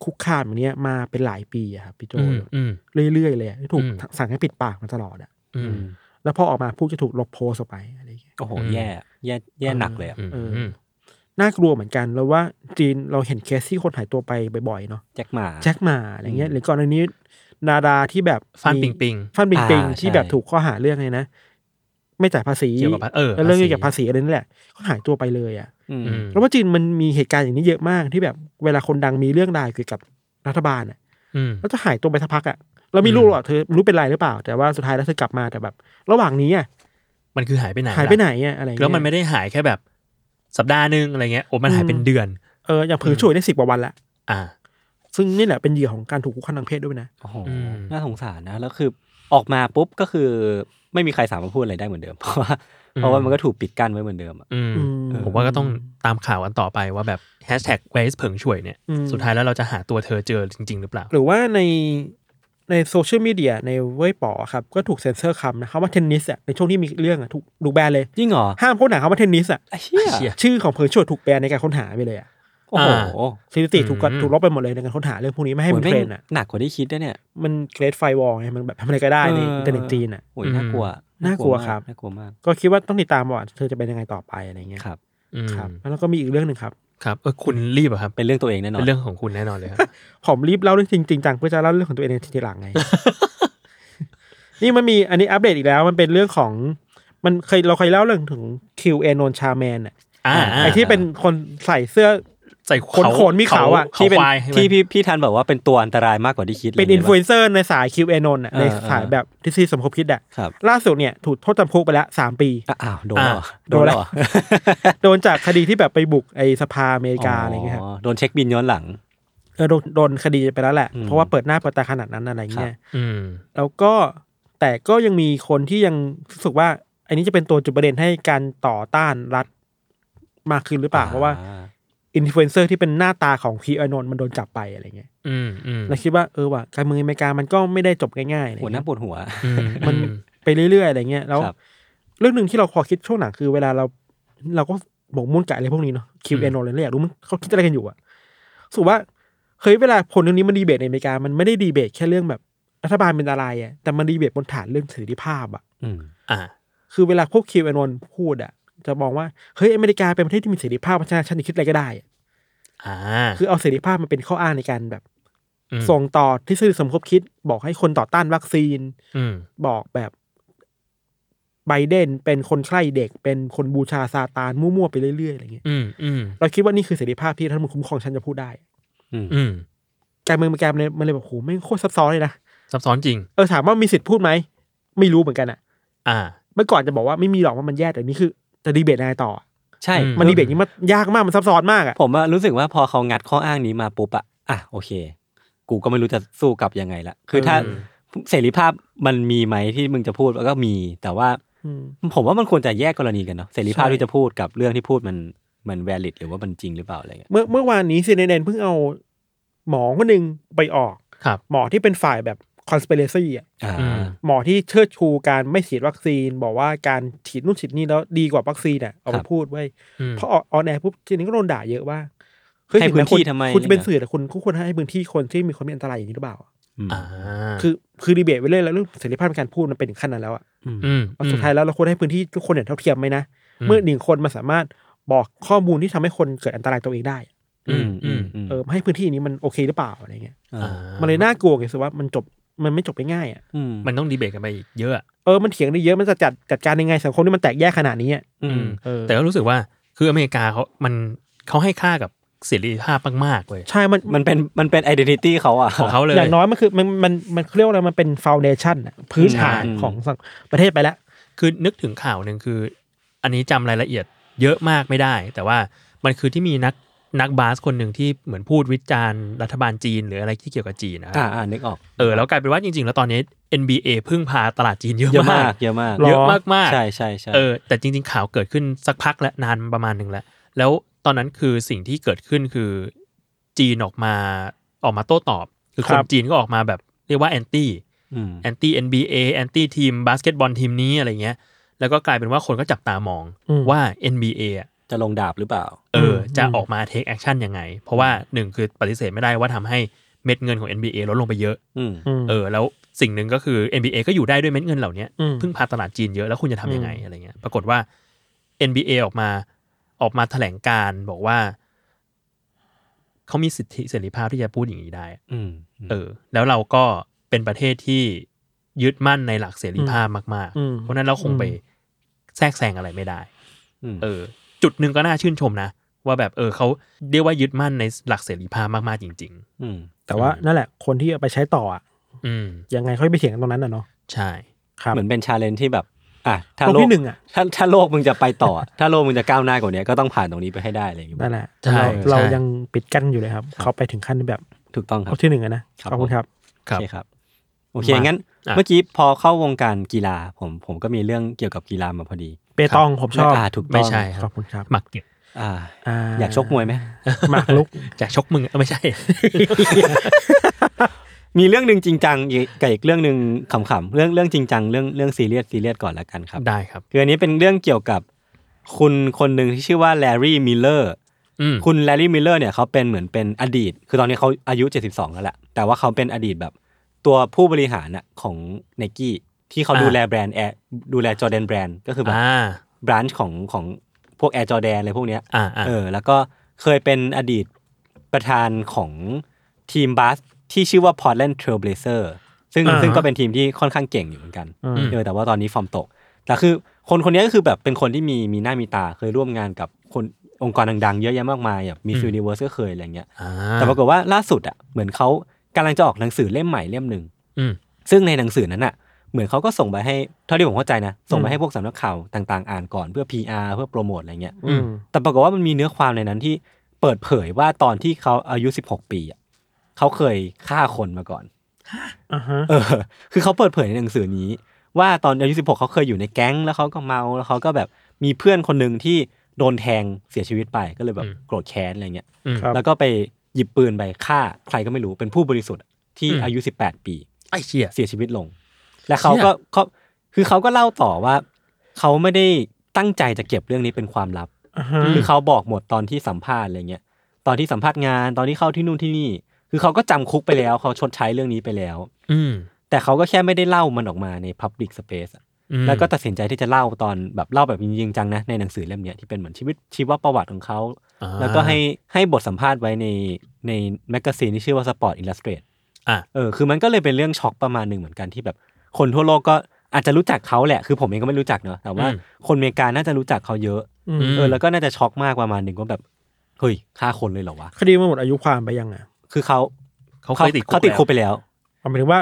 Speaker 3: คุกคามอย่างเนี้ยมาเป็นหลายปีอะครับพี่โจ
Speaker 4: อืมอืม
Speaker 3: เรื่อยๆเลยอะถูก
Speaker 4: อืม
Speaker 3: สั่งให้ปิดปากมาตลอดอะ
Speaker 4: อื
Speaker 2: อื
Speaker 4: ม
Speaker 2: ม
Speaker 3: แล้วพอออกมาพูดจะถูกลบโพสต์ออกไปอะไรเงี้ย
Speaker 2: โอ้โหแย่แย่แย่หนักเลยอะ
Speaker 3: เออ
Speaker 4: อืม
Speaker 3: น่ากลัวเหมือนกัน แล้วว่าจีนเราเห็นเคสที่คนหายตัวไปบ่อยๆเนาะ
Speaker 2: แจ็คหมา
Speaker 3: แจ็คหมาอะไรเงี้ยหรือก่อนอันนี้ นาดาที่แบบ
Speaker 4: ฟัน
Speaker 3: มี
Speaker 4: ปิงปิง
Speaker 3: ฟันปิงปิง
Speaker 2: อ่า
Speaker 3: ที่
Speaker 2: ใช่
Speaker 3: แบบถูกข้อหาเรื่องไงนะ ไม่จ่ายภาษี
Speaker 4: เกี่ยวกับภาเออ
Speaker 3: แล้วเรื่อง
Speaker 4: ภาษี
Speaker 3: เกี่ยวกับภาษีอะไรนั่นแหละก็หายตัวไปเลยอ่ะ
Speaker 2: อืม
Speaker 4: อืม
Speaker 3: แล้วว่าจีนมันมีเหตุการณ์อย่างนี้เยอะมากที่แบบเวลาคนดังมีเรื่องราวเกี่ยวกับรัฐบาลอ่ะ
Speaker 4: อืม
Speaker 3: แล้วจะหายตัวไปสักพักอ่ะเราไม่รู้หรอกเธอรู้เป็นไรหรือเปล่า แต่ว่าสุดท้ายแล้วเธอกลับมาแต่แบบ ระหว่างนี้อ่ะ
Speaker 4: มันคือหายไปไหน
Speaker 3: หายไป
Speaker 4: ล่ะ
Speaker 3: ไหนอ่ะอะไรเงี้ย
Speaker 4: แล้วมันไม่ได้หายแค่แบบสัปดาห์หนึ่งอะไรเงี้ยโอ้มันหายเป็น
Speaker 3: อืม
Speaker 4: เดือน
Speaker 3: เอออย่างเผือช่วยได้สิบกว่าวันละ
Speaker 4: อ่า
Speaker 3: ซึ่งนี่แหละเป็นเหยื่อของการถูกคุกคามทางเพศด้วยนะ
Speaker 2: โอ้โห
Speaker 4: อืม
Speaker 2: น่าสงสารนะ แล้วคือออกมาปุ๊บก็คือไม่มีใครสามารถพูดอะไรได้เหมือนเดิม เพราะว่าเพราะว่ามันก็ถูกปิดกั้นไว้เหมือนเดิมอะ
Speaker 4: อืม
Speaker 3: อืม
Speaker 4: ผมว่าก็ต้องตามข่าวกันต่อไปว่าแบบแฮชแท็กเวสเผิงช่วยเนี่ย
Speaker 3: อืม
Speaker 4: สุดท้ายแล้วเราจะหาตัวเธอเจอจริง ๆ หรือเปล่า
Speaker 3: หรือว่าในในโซเชียลมีเดียในเว่ยป๋อครับ ก็ถูกเซ็นเซอร์คำนะคำว่าเทนนิสอ่ะในช่วงที่มีเรื่องอ่ะถูกถูกแบนเลย
Speaker 2: จริงเหรอ
Speaker 3: ห้ามค้นหาคำว่าเทนนิสอ่ะ
Speaker 2: ไอ้เชี่ย
Speaker 4: ไอ้เชี่ย
Speaker 3: ชื่อของเพิร์ชวดถูกแบนในการค้นหาไปเลยอ่ะ
Speaker 2: โอ้โห
Speaker 4: อ่า
Speaker 3: สถิติถูกก็
Speaker 4: อืม
Speaker 3: ถูกลบไปหมดเลยในการค้นหาเรื่องพวกนี้ไม่ให้มัน
Speaker 2: โอ้ย
Speaker 3: เทร
Speaker 2: แม่
Speaker 3: น
Speaker 2: ง
Speaker 3: อ่ะ
Speaker 2: หนักกว่าที่คิดนะเนี่ย
Speaker 3: มันเกรดไฟวอลไงมันแบบทำอะไรก็ได้ใน
Speaker 2: เอออิ
Speaker 3: อินเทอร์เน็ตจีนอ่ะ
Speaker 2: โอ้ยน่ากลัว
Speaker 3: น่ากลัว
Speaker 2: ม
Speaker 3: ครับ
Speaker 2: น่ากลัวมาก
Speaker 3: ก็คิดว่าต้องติดตามว่าเธอจะเป็นยังไงต่อไปอะไรเงี้ย
Speaker 2: ครับ
Speaker 4: อืม
Speaker 3: ครับแล้วก็มีอีกเรื่องหนึ่งครับ
Speaker 4: ครับเออคุณรีบเหรอะครับ
Speaker 2: เป็นเรื่องตัวเองแน่นอน
Speaker 4: เป็นเรื่องของคุณแน่นอ นเลยครับ
Speaker 3: ผมรีบเล่าเรื่องจริงจริงจังเพื่อจะเล่าเรื่องของตัวเองในทีหลังไง นี่มันมีอันนี้อัปเดตอีกแล้วมันเป็นเรื่องของ มันเคยเราเคยเล่าเรื่องถึงคิวเอนนชาแมนอะ
Speaker 4: อ่า
Speaker 3: ไอที่เป็นคนใส่เสื้อ
Speaker 4: ใส่
Speaker 3: ขนโขนมีเขาอะ
Speaker 2: ที่เป็น
Speaker 4: ควายใช่ไหม
Speaker 2: ที่พี่พี่ทันบอกว่าเป็นตัวอันตรายมากกว่าที่คิด
Speaker 3: เป็
Speaker 2: ล
Speaker 3: น
Speaker 2: ย
Speaker 3: อินฟลูเอย นเซอร์ในสายคิวเอนนอะ
Speaker 2: เออ
Speaker 3: ในสายแบบทฤษฎีสมคบคิดอะ
Speaker 2: ครับ
Speaker 3: ล่าสุดเนี่ยถูกโทษจำคุกไปแล้วสามปี
Speaker 2: อ่ะอ้าวโดนแล้วเหรอ
Speaker 3: โดนแล้ว
Speaker 2: เหรอ
Speaker 3: โดนจากคดีที่แบบไปบุกไอสภาอเมริกาอะไรเงี้ยครับ
Speaker 2: โดนเช็คบินย้อนหลัง
Speaker 3: เออโดนโดนคดีไปแล้วแหละ
Speaker 2: อืม
Speaker 3: เพราะว่าเปิดหน้าเปิดตาขนาดนั้นอะไรเงี้ย
Speaker 4: อืม
Speaker 3: แล้วก็แต่ก็ยังมีคนที่ยังรู้สึกว่า อันนี้จะเป็นตัวจุดประเด็นให้การต่อต้านรัฐมากขึ้นหรือเปล่า
Speaker 2: อ่า
Speaker 3: เพราะว่าอินฟลูเอนเซอร์ที่เป็นหน้าตาของคีอานนท์มันโดนจับไปอะไรเงี้ย
Speaker 4: อืมอืม
Speaker 3: เราคิดว่าเออว่ะการเมืองอเมริกามันก็ไม่ได้จบง่ายๆอะไร
Speaker 2: โห
Speaker 3: เลย
Speaker 2: น่าปวดหัว
Speaker 4: อื
Speaker 3: มันไปเรื่อยๆอะไรเงี้ยแล้ว
Speaker 2: ครับ
Speaker 3: เรื่องหนึ่งที่เราพอคิดช่วงหลังคือเวลาเรา เราก็หมกมุ่นกับอะไรพวกนี้เนาะคิวเอนนท์เลยเราอยากรู้มันเขาคิดอะไรกันอยู่อะรู้สุว่าเฮ้ยเวลาคนเรื่องนี้มันดีเบตในอเมริกามันไม่ได้ดีเบตแค่เรื่องแบบรัฐบาลเป็นอะไรอะแต่มันดีเบตบนฐานเรื่องเสรีภาพอะ
Speaker 2: อืม
Speaker 4: อ่า
Speaker 3: คือเวลาพวกคิวแอนนพูดอ่ะ จะมองว่า เฮ้ยอเมริกาเป็นประเทศที่มีเสรีภาพเพราะฉะนั้นฉันจะคิดอะไรก็ได้อะ
Speaker 4: อ่า
Speaker 3: คือเอาเสรีภาพมาเป็นข้ออ้างในการแบบ
Speaker 4: ม
Speaker 3: ส่งต่อทฤษฎีสมคบคิด บอกให้คนต่อต้านวัคซีน
Speaker 4: อืม
Speaker 3: บอกแบบไบเดนเป็นคนใคร่เด็ก เป็นคนบูชาซาตานมั่วๆไปเรื่อยๆอะไรเงี้ย
Speaker 4: อืมอืม
Speaker 3: เราคิดว่านี่คือเสรีภาพที่รัฐมนตรีคุ้มครองฉันจะพูดได้
Speaker 4: อืม
Speaker 3: การเมืองอเมริกามันเลยมันเลยแบบโหไม่งโคตรซับซ้อนเลยนะ
Speaker 4: ซับซ้อนจริง
Speaker 3: เออถามว่ามีสิทธิ์พูดไหมไม่รู้เหมือนกันอะ
Speaker 4: อ่า
Speaker 3: เมื่อก่อนจะบอกว่าไม่มีหรอกว่ามันแย่แต่นี่คือจะดีเบตนายต่อ
Speaker 2: ใช่
Speaker 4: อืม
Speaker 3: มันดีเบตนี้มันยากมากมันซับซ้อนมากอ่ะ
Speaker 2: ผมอะรู้สึกว่าพอเขางัดข้ออ้างนี้มาปุ๊บอะอ่ะโอเค กูก็ไม่รู้จะสู้กลับยังไงละคือถ้า
Speaker 4: อืม
Speaker 2: เสรีภาพมันมีไหมที่มึงจะพูดก็มี แต่ว่า
Speaker 3: อืม
Speaker 2: ผมว่ามันควรจะแยกกรณีกันเนาะเสรีภาพ
Speaker 3: ใช่
Speaker 2: ที่จะพูดกับเรื่องที่พูดมันมัน valid หรือว่ามันจริงหรือเปล่าอะไรเงี้ย
Speaker 3: เมื่อเมื่อวานนี้ซีเนเนเพิ่งเอาหมอคนหนึ่งไปออก
Speaker 4: ครับ
Speaker 3: หมอที่เป็นฝ่ายแบบคอน spiracy อ่ะ
Speaker 2: อ่า
Speaker 4: อืม
Speaker 3: หมอที่เชิดชูการไม่ฉีดวัคซีน บอกว่าการฉีดนู่นฉีดนี่แล้วดีกว่าวัคซีนอ่ะเอาไปพูดไว้ย
Speaker 4: อืม
Speaker 3: พอออกออนแอร์ปุ๊บทีนี้ก็โดนด่าเยอะว่าเฮ้ย
Speaker 2: ให้
Speaker 3: ถึง
Speaker 2: พื้น
Speaker 3: แม้
Speaker 2: ที่ทำไม
Speaker 3: คุณจะเป็นสื่อแต่คุณก็ควรให้พื้นที่คนที่มีความเป็นอันตรายอย่างนี้หรือเปล่า
Speaker 2: ม
Speaker 4: อ่า
Speaker 3: คือคือดีเบตไปเรื่อยแล้วเรื่องเสรีภาพในการพูดมันเป็นถึงขั้นนั้นแล้วอ่ะ
Speaker 4: อืม
Speaker 3: เอาสุดท้ายแล้วเราควรให้พื้นที่ทุกคนอย่างเท่าเทียมไหมนะเมื่อหนึ่งคนมันสามารถบอกข้อมูลที่ทำให้คนเกิดอันตรายตัวเองได้
Speaker 4: อืมอื
Speaker 2: อื
Speaker 4: ม
Speaker 2: มอืม
Speaker 3: เออให้พื้นที่นี้มันโอเคหรือเปล่าอะไรเงี้ย
Speaker 2: อ่า
Speaker 4: อ่า
Speaker 3: มันเลยน่ากลัวไงสิว่ามันจบมันไม่จบง่ายๆอ่ะ
Speaker 2: อืม
Speaker 4: มันต้องดีเบตกันไปอีกเยอะอะ
Speaker 3: เออมันเถียงได้เยอะมันจะจัดจัดการยังไงสังคมที่มันแตกแยกขนาดนี้อะ
Speaker 2: อืม
Speaker 3: เออ
Speaker 4: แต่ก็รู้สึกว่าคืออเมริกาเขามันเขาให้ค่ากับเสรีภาพมากๆเว้ย
Speaker 3: ใช่มัน
Speaker 2: มันเป็นมันเป็น identity เขาอะ
Speaker 4: ของเขาเลย
Speaker 3: อย่างน้อยมันคือมันมันมันเรียกว่าอะไรมันเป็นฟาวเดชั่นพื้นฐาน
Speaker 2: อืม
Speaker 3: ของสังประเทศไปแล้ว
Speaker 4: คือนึกถึงข่าวหนึ่งคือ อันนี้จำรายละเอียดเยอะมากไม่ได้ แต่ว่ามันคือที่มีนักนักบาสคนหนึ่งที่เหมือนพูดวิจารณ์รัฐบาลจีน หรืออะไรที่เกี่ยวกับจีนนะค
Speaker 2: อ่า
Speaker 4: รับ
Speaker 2: อ่านึกออก
Speaker 4: เออแล้วกลายเป็นว่าจริง ๆ แล้วตอนนี้ NBA พึ่งพาตลาดจีนเยอะ
Speaker 2: เยอะ
Speaker 4: มาม
Speaker 2: าก กเยอะมาก
Speaker 3: หร
Speaker 4: เยอะมากมากๆ
Speaker 2: ใช่ใช่ใช่
Speaker 4: เออแต่จริง ๆ ข่าวเกิดขึ้นสักพักและนานประมาณหนึ่งแล้ว แล้วตอนนั้นคือสิ่งที่เกิดขึ้นคือจีนออกมาออกมาโต้ตอบ คือค
Speaker 3: ครั
Speaker 4: น
Speaker 3: บ
Speaker 4: จีนก็ออกมาแบบเรียกว่าแอนตี้
Speaker 2: ม
Speaker 4: แอนตี้ NBA แอนตี้ทีมบาสเกตบอลทีมนี้อะไรเงี้ย แล้วก็กลายเป็นว่าคนก็จับตามอง
Speaker 3: อืม
Speaker 4: ว่า NBA อะ
Speaker 2: จะลงดาบหรือเปล่า
Speaker 4: เอออ
Speaker 3: ม
Speaker 4: จะออกมาเทคแอคชั่นยังไง เพราะว่าหนึ่งคือปฏิเสธไม่ได้ว่าทำให้เม็ดเงินของ NBA ลดลงไปเยอะ
Speaker 2: อืม
Speaker 3: อืม
Speaker 4: เออ แล้วสิ่งหนึ่งก็คือ NBA ก็อยู่ได้ด้วยเม็ดเงินเหล่าเนี้ย
Speaker 3: อืม
Speaker 4: เพึ่งพาตลาดจีนเยอะแล้วคุณจะทำยังไงอะไรเงี้ย ปรากฏว่า NBA ออกมาออกมาแถลงการบอกว่า เขามีสิทธิเสรีภาพที่จะพูดอย่างนี้ได้
Speaker 2: อืม
Speaker 4: เออแล้วเราก็เป็นประเทศที่ยึดมั่นในหลักเสรีภาพมาก
Speaker 3: อืม
Speaker 4: ๆ เพราะฉะนั้นเราคงไป
Speaker 3: อืม
Speaker 4: แทรกแซงอะไรไม่ได้
Speaker 2: ม
Speaker 4: เออ จุดหนึ่งก็น่าชื่นชมนะ ว่าแบบเออเขาเรียกว่ายึดมั่นในหลักเสรีภาพมากๆจริง
Speaker 2: อืม
Speaker 3: แต่ว่า
Speaker 4: อืม
Speaker 3: นั่นแหละคนที่เอาไปใช้ต่ออะ
Speaker 4: ๆ อืม
Speaker 3: ยังไงค่อยไปเถียงกันตรงนั้นน่ะเนาะ
Speaker 4: ใช่
Speaker 3: ครับ
Speaker 2: เหมือนเป็นชาเลนที่แบบ อ่ะถ้า
Speaker 3: ตรง
Speaker 2: โลก
Speaker 3: ที่หนึ่งอ่ะ
Speaker 2: ถ้าถ้าโลกมึงจะไปต่อ ถ้าโลกมึงจะก้าวหน้ากว่านี้ก็ต้องผ่านตรงนี้ไปให้ได้อะไรอย่างเงี้ย
Speaker 3: นั่นแหละ
Speaker 4: ใช่
Speaker 3: เราเรา
Speaker 4: ใช่
Speaker 3: ยังปิดกั้นอยู่เลยครับ เขาไปถึงขั้นแบบ
Speaker 2: ถูกต้องครั
Speaker 3: เอา
Speaker 2: บ
Speaker 3: ที่หนึ่งอะนะครับ ขอบคุณครับ
Speaker 4: ครั
Speaker 2: โอบ เคครับโอเค
Speaker 4: มางั้
Speaker 2: งั้น
Speaker 4: อ่ะ
Speaker 2: เมื่อกี้พอเข้าวงการกีฬาผมผมก็มีเรื่องเกี่ยวกับกีฬามาพอดี
Speaker 3: เปตองผมชอบ
Speaker 2: อ่าถูกต้อง
Speaker 4: ไม่ใช่ค
Speaker 3: ข
Speaker 4: รั
Speaker 3: อ
Speaker 4: บบ
Speaker 3: คุณครับ
Speaker 4: หมักเนี่ย
Speaker 2: อ่า
Speaker 3: อ่
Speaker 2: อยากชกมวยไหม
Speaker 3: หมากลุก
Speaker 4: จากชกมึงเอ อไม่ใช่
Speaker 2: มีเรื่องหนึ่งจริงจังกับอีกเรื่องหนึ่งขำๆเรื่องเรื่องจริงจังเรื่องเรื่องซีเรียสซีเรียสก่อนละกันครับ
Speaker 4: ได้ครับ
Speaker 2: คืออันนี้เป็นเรื่องเกี่ยวกับคุณคนหนึ่งที่ชื่อว่าแลรี่มิลเลอร์
Speaker 4: อืม
Speaker 2: คุณแลรี่มิลเลอร์เนี่ยเขาเป็นเหมือนเป็นอดีต คือตอนนี้เขาอายุ 72 แล้วแหละ แต่ว่าเขาเป็นอดีตแบบตัวผู้บริหารน่ะของไนกี้ที่เขาดูแลแบรนด์แอร์ดูแลจอแดนแบรนด์ก็คือแบบ
Speaker 4: อ่า
Speaker 2: บรันช์ของของพวกแอร์จอแดนอะไรพวกเนี้ย
Speaker 4: อ่าอ่า
Speaker 2: เออ แล้วก็เคยเป็นอดีตประธานของทีมบาสที่ชื่อว่า Portland Trail Blazer ซึ่ง
Speaker 3: อ่าฮะ
Speaker 2: ซึ่งก็เป็นทีมที่ค่อนข้างเก่งอยู่เหมือนกัน
Speaker 3: อืม
Speaker 2: เออ แต่ว่าตอนนี้ฟอร์มตก แต่คือคนคนนี้ก็คือแบบเป็นคนที่มีมีหน้ามีตา เคยร่วมงานกับคนองค์กรดังๆ เยอะแยะมากมายแบบมีฟิวนิเวิร์สก็เคยอะไรเงี้ย
Speaker 4: อ่า
Speaker 2: แต่ปรากฏว่าล่าสุดอ่ะ เหมือนเขากำลังจะออกหนังสือเล่มใหม่เล่มหนึ่ง
Speaker 4: อืม
Speaker 2: ซึ่งในหนังสือนั้นอ่ะ เหมือนเขาก็ส่งไปให้ เท่าที่ผมเข้าใจนะ ส่งไปให้พวกสำนักข่าวต่างๆ อ่านก่อนเพื่อ PR เพื่อโปรโมทอะไรเงี้ย
Speaker 3: อืม
Speaker 2: แต่ปรากฏว่ามันมีเนื้อความในนั้นที่เปิดเผยว่าตอนที่เขาอายุ 16 ปีอะเขาเคยฆ่าคนมาก่อน
Speaker 3: อ่าฮะ
Speaker 2: เออ คือเขาเปิดเผยในหนังสือนี้ ว่าตอนอายุ 16 เขาเคยอยู่ในแก๊ง แล้วเขาก็เมา แล้วเขาก็แบบมีเพื่อนคนหนึ่งที่โดนแทงเสียชีวิตไป ก็เลยแบบโกรธแค้นอะไรเงี้ย
Speaker 4: อืม
Speaker 3: ครับ
Speaker 2: แล้วก็ไปหยิบปืนไปฆ่าใครก็ไม่รู้ เป็นผู้บริสุทธิ์ที่
Speaker 4: อืม
Speaker 2: อายุ 18 ปี
Speaker 4: ไอ้เชี่ย
Speaker 2: เสียชีวิตลง และเขาก็เขาคือเขาก็เล่าต่อว่า เขาไม่ได้ตั้งใจจะเก็บเรื่องนี้เป็นความลับ
Speaker 3: อ่าฮะ
Speaker 2: คือเขาบอกหมดตอนที่สัมภาษณ์อะไรเงี้ย ตอนที่สัมภาษณ์งาน ตอนที่เข้าที่นู่นที่นี่ คือเขาก็จำคุกไปแล้ว เขาชดใช้เรื่องนี้ไปแล้ว
Speaker 4: อืม
Speaker 2: แต่เขาก็แค่ไม่ได้เล่ามันออกมาใน Public Space อะ
Speaker 4: อืม
Speaker 2: แล้วก็ตัดสินใจที่จะเล่าตอนแบบเล่าแบบจริงๆจังนะในหนังสือเล่มเนี้ยที่เป็นเหมือนชีวิตชีวประวัติของเขา
Speaker 4: อ่า
Speaker 2: แล้วก็ให้ให้บทสัมภาษณ์ไว้ในในแมกกาซีนที่ชื่อว่า Sport Illustrated
Speaker 4: อ่ะ
Speaker 2: เออ คือมันก็เลยเป็นเรื่องช็อกประมาณหนึ่งเหมือนกันที่แบบ คนทั่วโลกก็อาจจะรู้จักเขาแหละ คือผมเองก็ไม่รู้จักเนอะแต่ว่า
Speaker 4: อืม
Speaker 2: คนอเมริกาน่าจะรู้จักเขาเยอะ
Speaker 3: อืม
Speaker 4: อืม
Speaker 2: เออ แล้วก็น่าจะช็อกมากประมาณหนึ่งว่าแบบ เฮ้ยฆ่าคนเลยเหรอวะ
Speaker 3: คดีมันหมดอายุความไปยังอ่ะ
Speaker 2: คือเขา
Speaker 4: เขาเคยติดคุก
Speaker 2: เขาติดคุก
Speaker 4: แล้ว
Speaker 2: ไปแล้ว
Speaker 3: หมายถึงว่า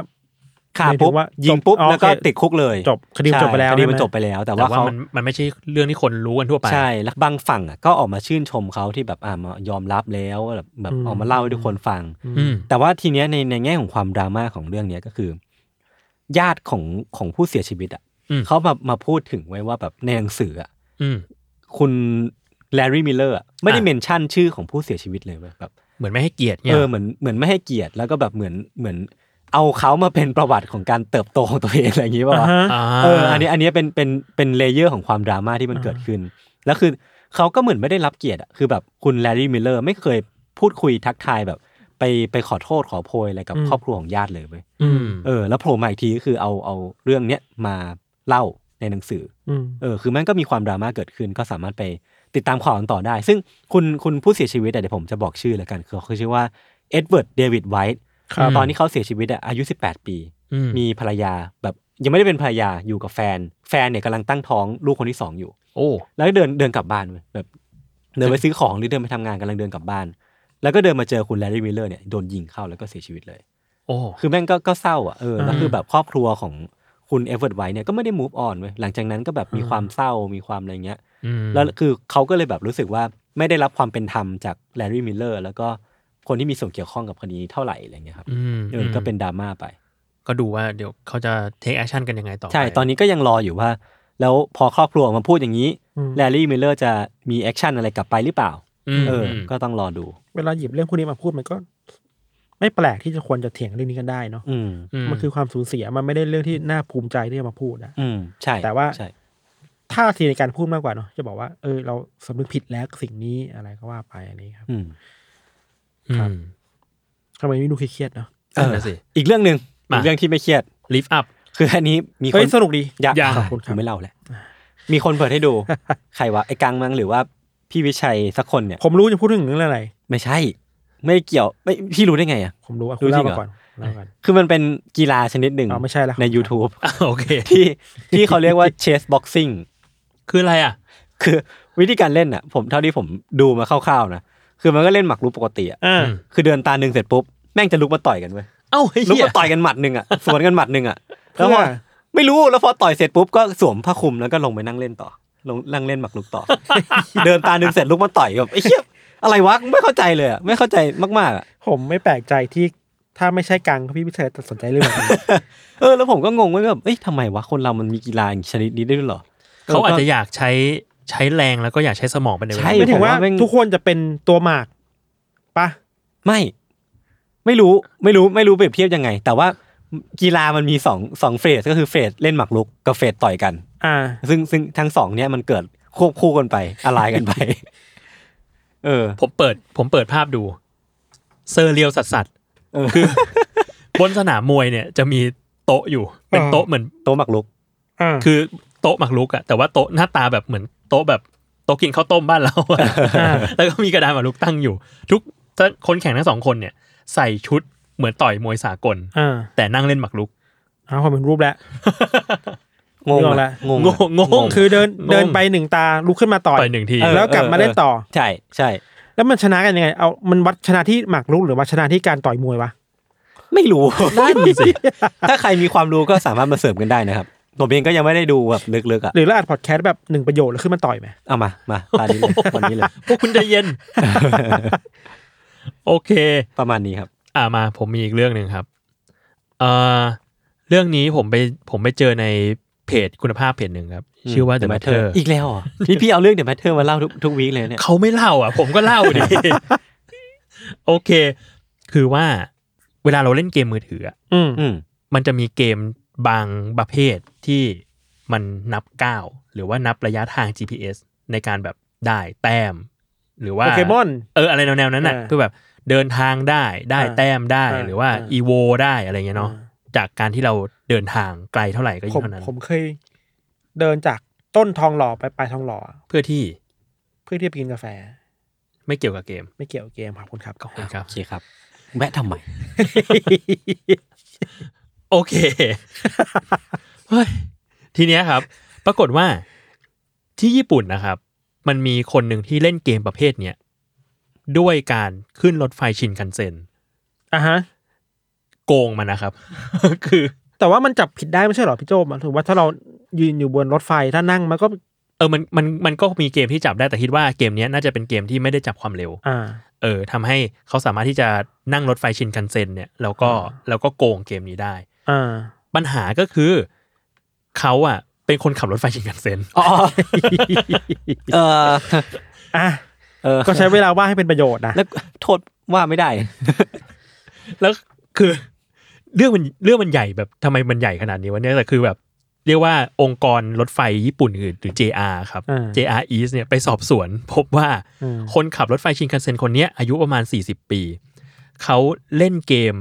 Speaker 2: ขา
Speaker 3: หมายถึง
Speaker 2: ปุ๊บ
Speaker 3: ว่ายิ
Speaker 2: ยิงปุ๊บ
Speaker 3: อ๋อ
Speaker 2: แล้วก็
Speaker 3: โอเค
Speaker 2: ติดคุกเลย
Speaker 3: จบคดี
Speaker 2: ใช่
Speaker 3: จบไปแล้ว
Speaker 2: คดีมัน
Speaker 3: ใช่ไหม
Speaker 2: จบไปแล้ว แต่
Speaker 4: แต่
Speaker 2: ว่า
Speaker 4: ว่า
Speaker 2: เขาม
Speaker 4: มันมันไม่ใช่เรื่องที่คนรู้กันทั่วไป
Speaker 2: ใช่แล้วบางฝั่งอ่ะก็ออกมาชื่นชมเขาที่แบบอ่ามายอมรับแล้วแบบแบบ
Speaker 3: อืม
Speaker 2: ออกมาเล่าให้ทุกคนฟัง
Speaker 4: อืม
Speaker 2: แต่ว่าทีเนี้ยในในแง่ของความดราม่าของเรื่องเนี้ยก็คือ ญาติของของผู้เสียชีวิตอ่ะ
Speaker 4: อืม
Speaker 2: เขาแบบมาพูดถึงไว้ว่าแบบในหนังสืออ่ะ
Speaker 4: อืม
Speaker 2: คุณแลรี่มิลเลอร์ไม่ได้
Speaker 4: อ่ะ
Speaker 2: เมนชั่นชื่อของผู้เสียชีวิตเลยเว้ยแบบ
Speaker 4: เหมือนไม่ให้เกียรติเนี่
Speaker 2: เอย อเหมือนเหมือนไม่ให้เกียรติแล้วก็แบบเหมือนเหมือน เอาเขามาเป็นประวัติของการเติบโตของตัวเองอะไรอย่างนี้
Speaker 3: อ่าว
Speaker 2: ป่ะะ
Speaker 3: ฮะ
Speaker 4: า
Speaker 2: เอออันนี้อันนี้เป็นเป็นเป็นเลเยอร์ของความดราม่าที่มันเกิดขึ้น แล้วคือเขาก็เหมือนไม่ได้รับเกียรติอะคือแบบคุณแลรี่มิลเลอร์ไม่เคยพูดคุยทักทายแบบ ไปไปขอโทษขอโพยอะไรกับ
Speaker 3: อืม
Speaker 2: ครอบครัวของญาติเลยเว้ย
Speaker 4: อืม
Speaker 2: เออแล้วโผล่มาอีกทีก็คือเอาเอาเรื่องเนี้ยมาเล่าในหนังสือ
Speaker 3: อืม
Speaker 2: เออคือมันก็มีความดราม่าเกิดขึ้นก็สามารถไปติดตามข่าวกันต่อได้ ซึ่งคุณคุณผู้เสียชีวิตอะเดี๋ยวผมจะบอกชื่อแล้วกันคือเขาชื่อว่าเอ็ดเวิร์ดเดวิดไวท์
Speaker 3: ครับ
Speaker 2: ตอนที่เขาเสียชีวิตอะอายุ 18 ปี
Speaker 4: อืม
Speaker 2: มีภรรยาแบบยังไม่ได้เป็นภรรยาอยู่กับแฟน แฟนเนี่ยกำลังตั้งท้องลูกคนที่สองอยู่
Speaker 4: โอ้
Speaker 2: แล้วก็เดินเดินกลับบ้านเว้ยแบบเดินไปซื้อของหรือเดินไปทำงานกำลังเดินกลับบ้าน แล้วก็เดินมาเจอคุณแลรี่มิลเลอร์เนี่ยโดนยิงเข้าแล้วก็เสียชีวิตเลย
Speaker 4: โอ้
Speaker 2: คือแม่งก็ก็เศร้าอ่ะเออแล้ว
Speaker 4: อืม
Speaker 2: คือแบบครอบครัวของคุณเอเวอร์ตไวท์เนี่ยก็ไม่ได้ move on เว้ยหลังจากนั้นก็แบบมีความเศร้ามีความอะไรเงี้ย
Speaker 4: อืม
Speaker 2: แล้วคือเขาก็เลยแบบรู้สึกว่าไม่ได้รับความเป็นธรรมจากแลรี่มิลเลอร์แล้วก็คนที่มีส่วนเกี่ยวข้องกับคดีนี้เท่าไหร่อะไรเงี้ยครับ
Speaker 4: อืม
Speaker 2: เออก็เป็นดราม่าไป
Speaker 4: ก็ดูว่าเดี๋ยวเขาจะเทคแอคชั่นกันยังไงต่อ
Speaker 2: ใช่
Speaker 4: ไป
Speaker 2: ตอนนี้ก็ยังรออยู่ว่า แล้วพอครอบครัวออกมาพูดอย่างนี้แลรี่มิลเลอร์จะมีแอคชั่นอะไรกลับไปหรือเปล่า
Speaker 4: อืม
Speaker 2: เออ
Speaker 4: ม
Speaker 2: ก็ต้องรอดู
Speaker 3: เวลาหยิบเรื่องพวกนี้มาพูดมันก็ ไม่แปลกที่จะควรจะเถียงเรื่องนี้กันได้เนาะ
Speaker 2: อืม
Speaker 4: ม
Speaker 3: มันคือความสูญเสียมันไม่ได้เรื่องที่น่าภูมิใจที่จะมาพูดนะ
Speaker 2: อืมใช่
Speaker 3: แต่ว่า
Speaker 2: ใช่
Speaker 3: ท่าทีในการพูดมากกว่าเนาะจะบอกว่าเออเราสำนึกผิดแล้วกับสิ่งนี้อะไรก็ว่าไปอะไรอย่างนี้ครับ
Speaker 2: อืม
Speaker 4: ม
Speaker 3: ทำไมไม่ดูเครียดๆเนาะ
Speaker 4: นั่นน่ะสิ
Speaker 2: เอออีกเรื่องหนึ่ง
Speaker 4: มา
Speaker 2: อีกเรื่องที่ไม่เครียด
Speaker 4: ลิฟต์อัพ
Speaker 2: คืออันนี้มีค
Speaker 3: เฮ้ย
Speaker 2: น
Speaker 3: สนุกดี
Speaker 2: อยาก
Speaker 4: อยาก
Speaker 2: อ่ะ
Speaker 3: ขอบคุณครับ
Speaker 2: ผมไม่เล่าแหละมีคนเปิดให้ ดูใครวะไอ้กังมั้งหรือว่าพี่วิชัยสักคนเนี่ย
Speaker 3: ผมรู้จะพูดถึงเรื่องอะไร
Speaker 2: ไม่ใช่ ไม่เกี่ยวไม่พี่รู้ได้ไงอ่ะ
Speaker 3: ผมรู้อ่ะ
Speaker 2: รู้
Speaker 3: คุณ
Speaker 2: จริ
Speaker 3: เล่า
Speaker 2: เหร
Speaker 3: ง
Speaker 2: อ
Speaker 3: มาก่อนเล่ามาก่อน
Speaker 2: คือมันเป็นกีฬาชนิดหนึ่ง
Speaker 3: อ๋อไม่ใช่แล้ว
Speaker 2: ใน
Speaker 3: ครับ
Speaker 2: YouTube
Speaker 4: อ่ะ โอเค
Speaker 2: ที่ที่เขาเรียกว่าเชสบ็อกซิ่ง
Speaker 4: คืออะไรอ่ะ
Speaker 2: คือ วิธีการเล่นอ่ะ ผมเท่าที่ผมดูมาคร่าวๆนะ คือมันก็เล่นหมากรุกปกติอ่ะ
Speaker 3: อ่า
Speaker 2: คือเดินตาหนึ่งเสร็จปุ๊บ แม่งจะลุกมาต่อยกันเว้ย
Speaker 4: เอ้าเฮี
Speaker 2: ลุก
Speaker 4: ย
Speaker 2: มาต่อยกันหมัดหนึ่งอ่ะ สวนกันหมัดหนึ่งอ่ะแล้วพอ
Speaker 3: เพื่อ
Speaker 2: ไม่รู้แล้วพอต่อยเสร็จปุ๊บก็สวมผ้าคลุมแล้วก็ลงไปนั่งเล่นต่อลงนั่งเล่นหมากรุกต่อ เดินตาหนึ่งเสร็จลุกมาต่อยแบบไอ้เหี้ยอะไรวะไม่เข้าใจเลยอ่ะไม่เข้าใจมากๆอ่ะ
Speaker 3: ผมไม่แปลกใจที่ถ้าไม่ใช่กังก็พี่พิเศษสนใจเรื่องแบบนี้
Speaker 2: เออแล้วผมก็งงว่าแบบเอ้ยทำไมวะ คนเรามันมีกีฬาอย่างชนิดนี้ได้ด้วยเหรอ
Speaker 4: เขาอาจจะอยากใช้ใช้แรงแล้วก็อยากใช้สมองไปในเวลา
Speaker 2: ใช่
Speaker 3: ไม่ถึงว่า
Speaker 2: ผมว่าแม่ง
Speaker 3: ทุกคนจะเป็นตัวหมากปะ
Speaker 2: ไม่ ไม่รู้ไม่รู้ไม่รู้เปรียบเทียบยังไง แต่ว่ากีฬามันมีสองสองเฟสก็คือเฟสเล่นหมากรุกกับเฟสต่อยกัน
Speaker 3: อ่า
Speaker 2: ซึ่งซึ่งทั้งสองเนี้ยมันเกิดควบคู่กันไปอะไรกันไป เออ
Speaker 4: ผมเปิดผมเปิดภาพดู เซอร์เรียลสัสสัส
Speaker 2: เออ
Speaker 4: คือบนสนามมวยเนี่ยจะมีโต๊ะอยู่ เป็นโต๊ะเหมือน
Speaker 2: โต๊ะหมากรุก
Speaker 3: อ่า
Speaker 4: คือโต๊ะหมักลุกอะแต่ว่าโต๊ะหน้าตาแบบเหมือนโต๊ะแบบโต๊ะกินข้าวต้มบ้านเราอะแล้วก็มีกระดานหมากลุกตั้งอยู่ ทุกคนแข่งทั้งสองคนเนี่ย ใส่ชุดเหมือนต่อยมวยสากล
Speaker 3: อ่า
Speaker 4: แต่นั่งเล่นหมากลุก
Speaker 3: เอาผมเป็นรูปแล้ว
Speaker 2: งง
Speaker 3: งง
Speaker 2: อะ
Speaker 3: ละ
Speaker 2: งง
Speaker 4: ง
Speaker 2: อะ
Speaker 4: งงง
Speaker 3: คือเดิน
Speaker 4: งง
Speaker 3: เดินไปหนึ่งตาลุกขึ้นมาต่อย
Speaker 4: ต่อยหนึ่งที
Speaker 3: เออ แล้วกลับมาเล่นต่อ
Speaker 2: ใช่ใช่
Speaker 3: แล้วมันชนะกันยังไง เอามันวัดชนะที่หมากรุกหรือวัดชนะที่การต่อยมวยวะ
Speaker 2: ไม่รู้
Speaker 4: นั่นสิ
Speaker 2: ถ้าใครมีความรู้ก็สามารถมาเสริมกันได้นะครับผมเองก็ยังไม่ได้ดูแบบลึกๆอ่ะ
Speaker 3: หรือเราอัดพอดแคสต์แบบหนึ่งประโยชน์แล้วขึ้นมาต่อยไหม
Speaker 2: เอามามาตอนนี้เลยวันนี้เลย
Speaker 4: พวกคุณใจเย็น โอเค
Speaker 2: ประมาณนี้ครับ
Speaker 4: อ่ามาผมมีอีกเรื่องหนึ่งครับเอ่อเรื่องนี้ผมไปผมไปเจอในเพจคุณภาพเพจหนึ่งครับ ชื่อว่า The Matter
Speaker 2: อีกแล้วเหรอนี่พี่เอาเรื่อง The Matter มาเล่าทุกทุกวีคเลยเนี่ย
Speaker 4: เขาไม่เล่าอ่ะ ผมก็เล่าดิ โอเค คือว่าเวลาเราเล่นเกมมือถืออะ
Speaker 3: อืม
Speaker 2: อืม
Speaker 4: มันจะมีเกมบางประเภทที่มันนับก้าวหรือว่านับระยะทาง GPS ในการแบบได้แต้ม หรือว่า
Speaker 3: โปเกมอน
Speaker 4: เอออะไรแนวๆนั้นน่ะ
Speaker 3: อ่า
Speaker 4: คือแบบเดินทางได้ได้
Speaker 3: อ่า
Speaker 4: แต้มได้
Speaker 3: อ่า
Speaker 4: หรือว่า
Speaker 3: อ่า
Speaker 4: อีโวได้อะไรเงี้ยเนาะ
Speaker 3: อ่
Speaker 4: จากการที่เราเดินทางไกลเท่าไหร่ก็
Speaker 3: ผ
Speaker 4: ยิ่
Speaker 3: ม
Speaker 4: งเท่านั้น
Speaker 3: ผมเคยเดินจากต้นทองหล่อไปปลายทองหล่อ
Speaker 4: เพื่อที่
Speaker 3: เพื่อที่จะไปกินกาแฟ
Speaker 4: ไม่เกี่ยวกับเกม
Speaker 3: ไม่เกี่ยวกับเกมครับคุณครับ
Speaker 4: ขอบคุณครับ
Speaker 2: โอเคครับ แวะทำไม
Speaker 4: โอเค เฮ้ย ทีเนี้ยครับ ปรากฏว่าที่ญี่ปุ่นนะครับ มันมีคนหนึ่งที่เล่นเกมประเภทเนี้ยด้วยการขึ้นรถไฟชินคันเซ็น
Speaker 3: อ่ะฮะ
Speaker 4: โกงมันนะครับ คือ
Speaker 3: แต่ว่ามันจับผิดได้ไม่ใช่เหรอพี่โจมันถือว่าถ้าเรายืนอยู่บนรถไฟถ้านั่งมันก็
Speaker 4: เออมันมันมันก็มีเกมที่จับได้แต่คิดว่าเกมเนี้ยน่าจะเป็นเกมที่ไม่ได้จับความเร็ว
Speaker 3: อ่า
Speaker 4: เออทำให้เขาสามารถที่จะนั่งรถไฟชินคันเซ็นเนี่ยแล้วก็แล้วก็โกงเกมนี้ได้
Speaker 3: อ่า
Speaker 4: ปัญหาก็คือเขาอะเป็นคนขับรถไฟชินคันเซ็น
Speaker 2: อ๋อเออ
Speaker 3: อ่ะ
Speaker 2: เออ
Speaker 3: ก็ใช้เวลาว่างให้เป็นประโยชน์นะ
Speaker 2: แล้วโทษว่าไม่ได้
Speaker 4: แล้วคือเรื่องมันเรื่องมันใหญ่แบบทำไมมันใหญ่ขนาดนี้วะเนี่ยแต่คือแบบ เรียกว่าองค์กรรถไฟญี่ปุ่นหรือ JR ครับ
Speaker 3: อ่า
Speaker 4: JR East เนี่ยไปสอบสวน พบว่า
Speaker 3: อืม
Speaker 4: คนขับรถไฟชินคันเซ็นคนเนี้ยอายุประมาณ 40 ปี เขาเล่นเกม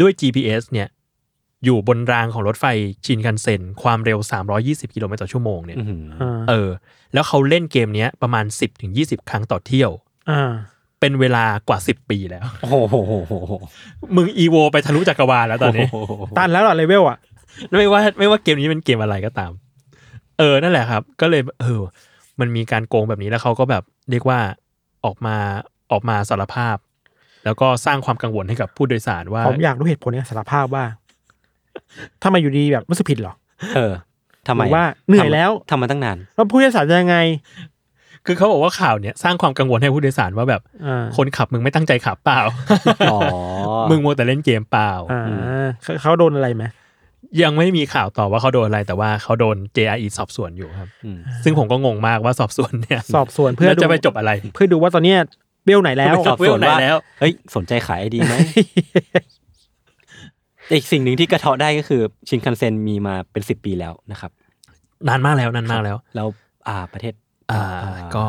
Speaker 4: ด้วย GPS เนี่ยอยู่บนรางของรถไฟชินคันเซ็นความเร็ว 320 กิโลเมตรต่อชั่วโมงเนี่ย
Speaker 2: อื้อหือ
Speaker 3: อ่า
Speaker 4: เออ แล้วเขาเล่นเกมเนี้ยประมาณ 10-20ถึง20 ครั้งต่อเที่ยว
Speaker 3: อ่า
Speaker 4: เป็นเวลากว่า 10 ปีแล้ว
Speaker 2: โอ้โหโหโหโหโห
Speaker 4: มึงอีโวไปทะลุจักรวาลแล้วตอนนี้
Speaker 2: โโห
Speaker 3: ตันแล้วเหรอเลเวลอ่ะ
Speaker 4: ไม่ว่าไม่ว่าเกมนี้เป็นเกมอะไรก็ตาม เออ นั่นแหละครับ ก็เลยเออ มันมีการโกงแบบนี้แล้วเขาก็แบบเรียกว่าออกมาออกมาสารภาพ แล้วก็สร้างความกังวลให้กับผู้โดยสารว่า
Speaker 3: ผมอยากรู้เหตุผลเนี่ยสารภาพว่าทำไมอยู่ดีแบบรู้สึกผิดเหรอ
Speaker 2: เออทำ
Speaker 3: ห
Speaker 2: ไม
Speaker 3: รือว่าเหนื่อยแล้ว
Speaker 2: ทำมาตั้งนาน
Speaker 3: แล้วผู้โดยสารจะยังไง
Speaker 4: คือเขาบอกว่าข่าวเนี้ยสร้างความกังวลให้ผู้โดยสารว่าแบบ
Speaker 3: อ่า
Speaker 4: คนขับมึงไม่ตั้งใจขับ เปล่า
Speaker 2: อ๋อ
Speaker 4: มึงมัวแต่เล่นเกมเปล่า
Speaker 3: อ่าเขาเขาโดนอะไรไหม
Speaker 4: ยังไม่มีข่าวต่อว่าเขาโดนอะไรแต่ว่าเขาโดน JRE สอบสวนอยู่ครับ
Speaker 2: อืม
Speaker 4: ซึ่งผมก็งงมากว่าสอบสวนเนี่ย
Speaker 3: สอบสวน
Speaker 4: เพื่
Speaker 3: เพื่อ
Speaker 4: อ
Speaker 3: ดู
Speaker 4: จะไปจบอะไร
Speaker 3: เพื่อดูว่าตอนเนี้ยเบลไหนแล้ว
Speaker 2: สอบสวนว่า เฮ้ยสนใจขายไอดีไหม อีกสิ่งหนึ่งที่กระเทาะได้ก็คือชินคันเซ็นมีมาเป็นสิบปีแล้วนะครับ
Speaker 4: นานมากแล้วนานมากแล้ว
Speaker 2: แล้วอ่าประเทศ
Speaker 4: อ่าก็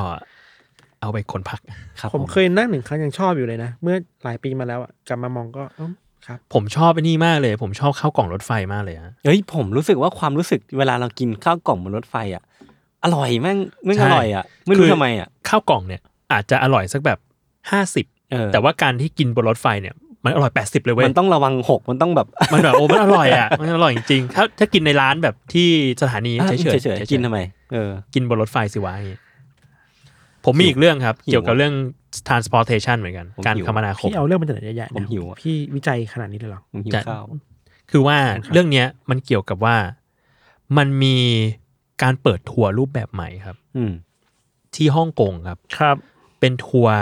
Speaker 4: เอาไปคนพัก
Speaker 2: ครับ
Speaker 3: ผมเคยนั่งหนึ่งครั้งยังชอบอยู่เลยนะ เมื่อหลายปีมาแล้วอะกลับมามองก็เอ้าครับ
Speaker 4: ผมชอบไอ้นี่มากเลย ผมชอบข้าวกล่องรถไฟมากเลยฮะ
Speaker 2: เฮ้ยผมรู้สึกว่าความรู้สึกเวลาเรากินข้าวกล่องบนรถไฟอ่ะ อร่อยแม่งแม่ง
Speaker 4: ใช่
Speaker 2: อร่อยอ่ะ ไม่รู้
Speaker 4: คือ
Speaker 2: ทำไมอ่ะ
Speaker 4: ข้าวกล่องเนี่ยอาจจะอร่อยสักแบบห้าสิบ
Speaker 2: เออ
Speaker 4: แต่ว่าการที่กินบนรถไฟเนี่ย มันอร่อยแปดสิบเลยเว้ย
Speaker 2: มันต้องระวังหกมันต้องแบบ
Speaker 4: มันแบบโอ้มันอร่อย อ่ะมันอร่อยจริงๆถ้าถ้ากินในร้านแบบที่สถานีเฉยๆ
Speaker 2: เฉย
Speaker 4: เฉยๆ
Speaker 2: ๆกินทำไม เออ
Speaker 4: กินบนรถไฟสิวะอย่างงี้ผมมีอีกเรื่องครับ
Speaker 2: หิว
Speaker 4: เกี่ยวกับเรื่อง transportation เหมือนกัน
Speaker 2: ผม
Speaker 4: การ
Speaker 2: หิว
Speaker 4: คมนาคม
Speaker 3: พี่เอาเรื่องมันจากไหนเยอะแยะ
Speaker 2: ผม
Speaker 3: เนี่ย
Speaker 2: หิวอะ
Speaker 3: พี่วิจัยขนาดนี้เลยเหรอ
Speaker 2: ผมหิว
Speaker 4: จะ
Speaker 2: ข้าว
Speaker 4: คือว่าเรื่องเนี้ยมันเกี่ยวกับว่ามันมีการเปิดทัวร์รูปแบบใหม่ครับ
Speaker 2: อืม
Speaker 4: ที่ฮ่องกงครับ
Speaker 3: ครับ
Speaker 4: เป็นทัวร์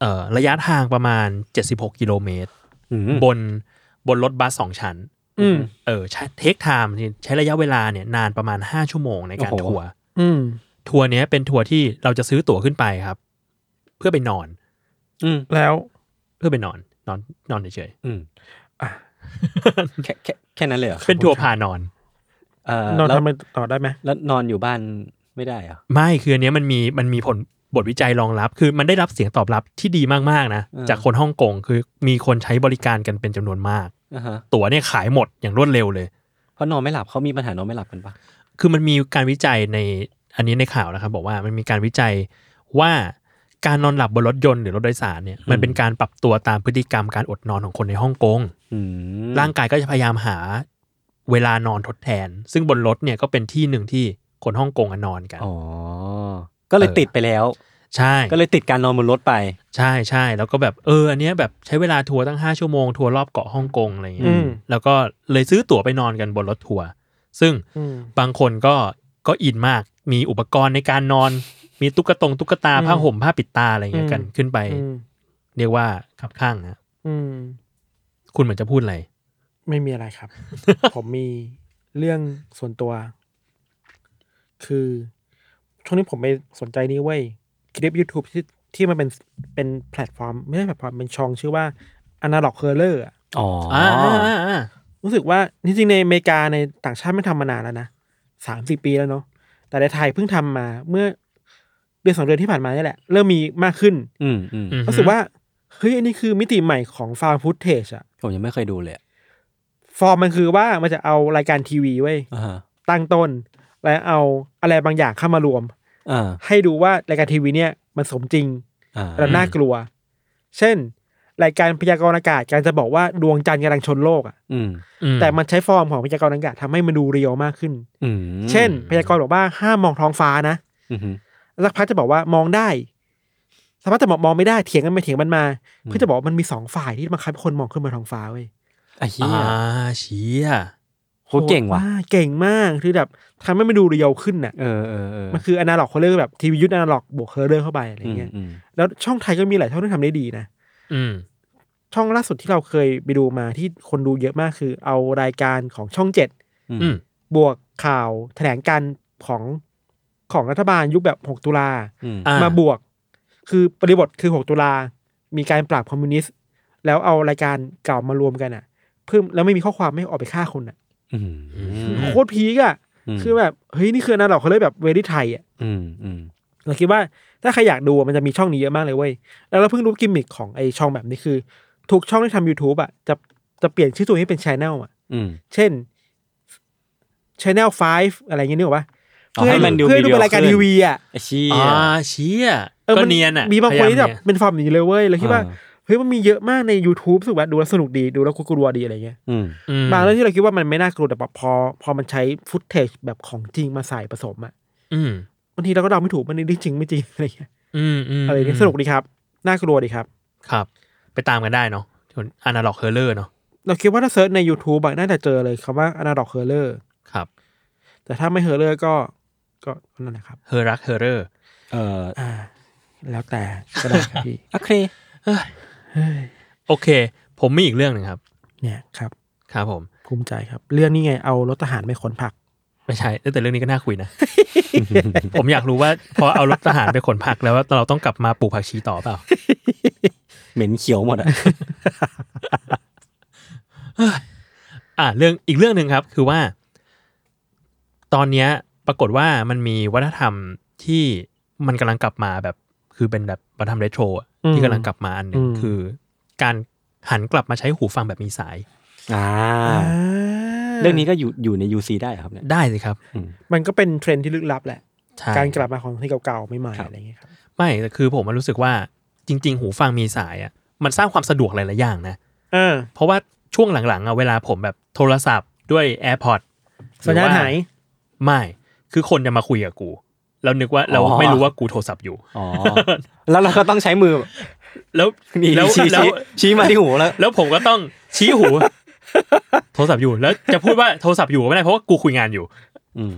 Speaker 4: เอ่อระยะทางประมาณ 76 กิโลเมตร
Speaker 2: อืม
Speaker 4: บนบนรถบัสสองชั้น
Speaker 3: อืม
Speaker 4: เออเทคไทม์ใช้ระยะเวลาเนี่ยนานประมาณ 5 ชั่วโมงในการ
Speaker 2: โอ้โห
Speaker 4: ทัวร์
Speaker 3: อืม
Speaker 4: ทัวร์เนี้ยเป็นทัวร์ที่เราจะซื้อตั๋วขึ้นไปครับ เพื่อไปนอน
Speaker 2: อืม
Speaker 3: แล้ว
Speaker 4: เพื่อไปนอน นอนนอนเฉย
Speaker 2: อืม
Speaker 3: อ่ะ
Speaker 2: แค่แค่แค่นั้นเลยเหรอ
Speaker 4: ๆเป็นทัวร์พานอน
Speaker 2: เออน
Speaker 3: อน
Speaker 2: แล้ว
Speaker 3: ทำไมต่อได้ไหม
Speaker 2: แล้วนอนอยู่บ้านไม่ได้เหรอ
Speaker 4: ไม่คืออันเนี้ยมันมีมันมีผลบทวิจัยรองรับ คือมันได้รับเสียงตอบรับที่ดีมากๆนะ จากคนฮ่องกงคือมีคนใช้บริการกันเป็นจำนวนมาก
Speaker 2: อ่าฮะ
Speaker 4: ตั๋วเนี่ยขายหมดอย่างรวดเร็วเลย
Speaker 2: เพราะนอนไม่หลับเขามีปัญหานอนไม่หลับกันปะ
Speaker 4: คือมันมีการวิจัยในอันนี้ในข่าวนะครับ บอกว่ามันมีการวิจัยว่าการนอนหลับบนรถยนต์หรือรถโดยสารเนี่ยมันเป็นการปรับตัวตามพฤติกรรมการอดนอนของคนในฮ่องกง
Speaker 2: อืม
Speaker 4: ร่างกายก็จะพยายามหาเวลานอนทดแทน ซึ่งบนรถเนี่ยก็เป็นที่หนึ่งที่คนฮ่องกงอะนอนกัน
Speaker 2: อ๋อ ก็เลยติดไปแล้ว
Speaker 4: ใช่
Speaker 2: ก็เลยติดการนอนบนรถไป
Speaker 4: ใช่ใช่แล้วก็แบบเอออันเนี้ยแบบใช้เวลาทัวร์ตั้ง 5 ชั่วโมง ทัวร์รอบเกาะฮ่องกงอะไรเงี้
Speaker 3: อื
Speaker 4: ย
Speaker 3: ม
Speaker 4: แล้วก็เลยซื้อตั๋วไปนอนกันบนรถทัวร์ซึ่ง
Speaker 3: อืม
Speaker 4: บางคนก็ก็อินมากมีอุปกรณ์ในการนอน มีตุ๊กตงตุ๊กตา
Speaker 3: อืม
Speaker 4: ผ้าห่มผ้าปิดตาอะไรเงี้ยกัน
Speaker 3: อืม
Speaker 4: ขึ้นไป
Speaker 3: อืม
Speaker 4: เรียกว่าขับข้างนะ
Speaker 3: อืม
Speaker 4: คุณเหมือนจะพูดอะไร
Speaker 3: ไม่มีอะไร ครับ ผมมีเรื่องส่วนตัว คือ ช่วงนี้ผมไปสนใจนี้เว้ย คลิป YouTube ที่ที่มันเป็นเป็นแพลตฟอร์ม ไม่ใช่แพลตฟอร์ม เป็นช่องชื่อว่า Analog Horror อะ
Speaker 2: อ๋ออ
Speaker 4: อ่าอ่าอ่า
Speaker 3: รู้สึกว่าจริงๆในอเมริกาในต่างชาติไม่ทำมานานแล้วนะสามสี่ปีแล้วเนาะแต่ในไทยเพิ่งทำมาเมื่อเดือนสองเดือนที่ผ่านมานี่แหละ เริ่มมีมากขึ้น
Speaker 2: อืมอืม
Speaker 4: อืม
Speaker 3: รู้สึกว่าเฮ้ยอันนี้คือมิติใหม่ของฟาร์มฟุตเทจอะ
Speaker 2: ผมยังไม่เคยดูเลยอะ
Speaker 3: ฟอร์มมันคือว่ามันจะเอารายการทีวีเว้ย
Speaker 2: อ่าฮะ
Speaker 3: ตั้งต้น แล้วเอาอะไรบางอย่างเข้ามารวม
Speaker 2: อ่า
Speaker 3: ให้ดูว่ารายการทีวีเนี่ยมันสมจริง
Speaker 2: อ่า
Speaker 3: และน่ากลัว เช่น รายการพยากรณ์อากาศการจะบอกว่าดวงจันทร์กำลังชนโลกอะ
Speaker 2: อืม
Speaker 4: อืม
Speaker 3: แต่มันใช้ฟอร์มของพยากรณ์อากาศทำให้มันดูเรียวมากขึ้น
Speaker 2: อืม
Speaker 3: เช่น พยากรณ์บอกว่าห้ามมองท้องฟ้านะ
Speaker 2: อืม
Speaker 3: แล้วสักพักจะบอกว่ามองได้สักพักจะบอกมองไม่ได้เถียงกันไปเถียงกันมาเพื่อจะบอกว่ามันมีสองฝ่ายที่บังคับให้คนมองขึ้นมาท้องฟ้าเว้ย
Speaker 2: ไอ้เหี้ย
Speaker 4: อ่าเชีย
Speaker 2: โหเก่งว่ะ
Speaker 3: มากเก่งมากคือแบบทำให้มันดูเรียวขึ้นน่ะ
Speaker 2: เออเออเออ
Speaker 3: มันคืออนาล็อกเขาเรียกแบบทีวียุทธอนาล็อกบวกเคอร์เรอร์เข้าไปอะไรเงี้ย
Speaker 2: อืม
Speaker 3: แล้วช่องไทยก็มีหลายช่องที่ทำได้ดีนะ
Speaker 4: อืม
Speaker 3: ช่องล่าสุดที่เราเคยไปดูมาที่คนดูเยอะมากคือ เอารายการของช่องเจ็ด
Speaker 2: อืม
Speaker 4: อื
Speaker 2: อื
Speaker 4: ม
Speaker 2: ม
Speaker 3: บวกข่าวแถลงการณ์ของของรัฐบาลยุคแบบ 6 ตุลา
Speaker 2: อืม
Speaker 4: อ่า
Speaker 3: มาบวก คือปริบทคือ 6 ตุลา มีการปราบคอมมิวนิสต์ แล้วเอารายการเก่ามารวมกันอ่ะ เพิ่มแล้วไม่มีข้อความไม่ออกไปฆ่าคนอ่ะ
Speaker 2: อืม
Speaker 4: อืม
Speaker 3: โคตรพีกอ่ะ คือแบบ เฮ้ย นี่คืออนาล็อกเขาเลยแบบเวลี่ไทยอ่ะ
Speaker 2: อืมอืม
Speaker 3: เราคิดว่าถ้าใครอยากดูอะมันจะมีช่องนี้เยอะมากเลยเว้ย แล้วเราเพิ่งรู้กิมมิคของไอช่องแบบนี้คือ ทุกช่องที่ทำ YouTube อ่ะจะจะเปลี่ยนชื่อตัวเองให้เป็นชแนลอ่ะ
Speaker 2: อืม
Speaker 3: เช่นชแนล5อะไรเงี้ยนึกออกปะ
Speaker 2: อ๋อ
Speaker 3: เพื่อ
Speaker 2: ให้มันดู
Speaker 3: เพื่อ
Speaker 2: วิ
Speaker 3: ดู
Speaker 2: ดีโอ
Speaker 3: เป็นรายการ
Speaker 2: ขึ้น
Speaker 3: ทีวีอ่ะ
Speaker 2: ไอ้เชี่ย
Speaker 4: อ่าเชี่ย
Speaker 3: เออ
Speaker 4: ก็
Speaker 3: มั
Speaker 4: เนียนอ่ะ
Speaker 3: มีบางคน
Speaker 4: พยย
Speaker 3: ที่แบบ
Speaker 4: เยน
Speaker 3: เป็นฟอร์มอย่างนี้เลยเว้ยเราคิดว่า
Speaker 2: อ่า
Speaker 3: เฮ้ยมันมีเยอะมากใน YouTube รู้สึกว่าดูแล้วสนุกดีดูแล้วกลัวๆดีอะไรเงี้ย
Speaker 2: อืม
Speaker 4: อืม
Speaker 3: บางเรื่องที่เราคิดว่ามันไม่น่ากลัวแต่พอ พอมันใช้ฟุตเทจแบบของจริงมาใส่ผสมอ่ะ
Speaker 4: อืม
Speaker 3: บางทีเราก็เดาไม่ถูกมันนี่จริงไม่จริงอะไรเงี้ย
Speaker 4: อืมอืม
Speaker 3: อะไรเงี้ยสนุกดีครับน่ากลัวดีครับ
Speaker 4: ครับ ไปตามกันได้เนาะอนาล็อกเฮอร์เลอร์เนาะ
Speaker 3: เราคิดว่าถ้าเซิร์ชใน YouTube อะน่าจะเจอเลยคำว่า Analog Hurler
Speaker 4: ครับ
Speaker 3: แต่ถ้าไม่ Hurler ก็ก็นั่นแหละครับ
Speaker 4: เฮอรักเฮอร์เลอร์
Speaker 2: เออ
Speaker 3: อ่า แล้วแต่ก็ได้ครับพี่
Speaker 2: โอเค
Speaker 4: โอเค ผมมีอีกเรื่องหนึ่งครับ
Speaker 3: เนี่ยครับ
Speaker 4: ครับผม
Speaker 3: ภูมิใจครับ เรื่องนี้ไงเอารถทหารไปขนผัก
Speaker 4: ไม่ใช่เอ้ยแต่เรื่องนี้ก็น่าคุยนะ ผมอยากรู้ว่าพอเอารถทหารไปขนผักแล้วว่าเราต้องกลับมาปลูกผักชีต่อเปล่า
Speaker 2: เหม็นเขียวหมดอ่ะ
Speaker 4: อ่าเรื่องอีกเรื่องหนึ่งครับ คือว่า ตอนเนี้ยปรากฏว่ามันมีวัฒนธรรมที่มันกำลังกลับมาแบบ คือเป็นแบบวัฒนธรรมเรโทรอะ
Speaker 3: อืม
Speaker 4: ที่กำลังกลับมาอันหนึ่ง
Speaker 3: อืม
Speaker 4: คือ การหันกลับมาใช้หูฟังแบบมีสาย
Speaker 2: อ่า เรื่องนี้ก็อยู่อยู่ใน UC ได้เหรอครับเนี่ย
Speaker 4: ได้สิครับ
Speaker 3: มันก็เป็นเทรนด์ที่ลึกลับแหละ
Speaker 4: ใช่
Speaker 3: การกลับมาของที่เก่าๆ ไม่ใหม่
Speaker 2: ครับ
Speaker 3: อะไรอย่างเงี้ยครับ
Speaker 4: ไม่แต่คือผมมันรู้สึกว่าจริง ๆ หูฟังมีสายอ่ะมันสร้างความสะดวกหลายๆอย่างนะ
Speaker 3: เออ
Speaker 4: เพราะว่าช่วงหลังๆอะเวลาผมแบบโทรศัพท์ด้วย AirPods
Speaker 3: สัญญาณ
Speaker 4: รือว่
Speaker 3: หาย
Speaker 4: ไม่ คือคนจะมาคุยกับกูแล้วนึกว่าเรา
Speaker 2: อ๋อ
Speaker 4: ไม่รู้ว่ากูโทรศัพท์อยู่
Speaker 2: อ๋อ แล้วเราก็ต้องใช้มือ
Speaker 4: แล้ว
Speaker 2: นี่
Speaker 4: แล้ว
Speaker 2: ชี้
Speaker 4: แล้ว
Speaker 2: ชี้ชี้มาที่หูแล้ว
Speaker 4: แล้วผมก็ต้องชี้หู โทรศัพท์อยู่แล้วจะพูดว่าโทรศัพท์อยู่ก็ไม่ได้เพราะว่ากูคุยงานอยู่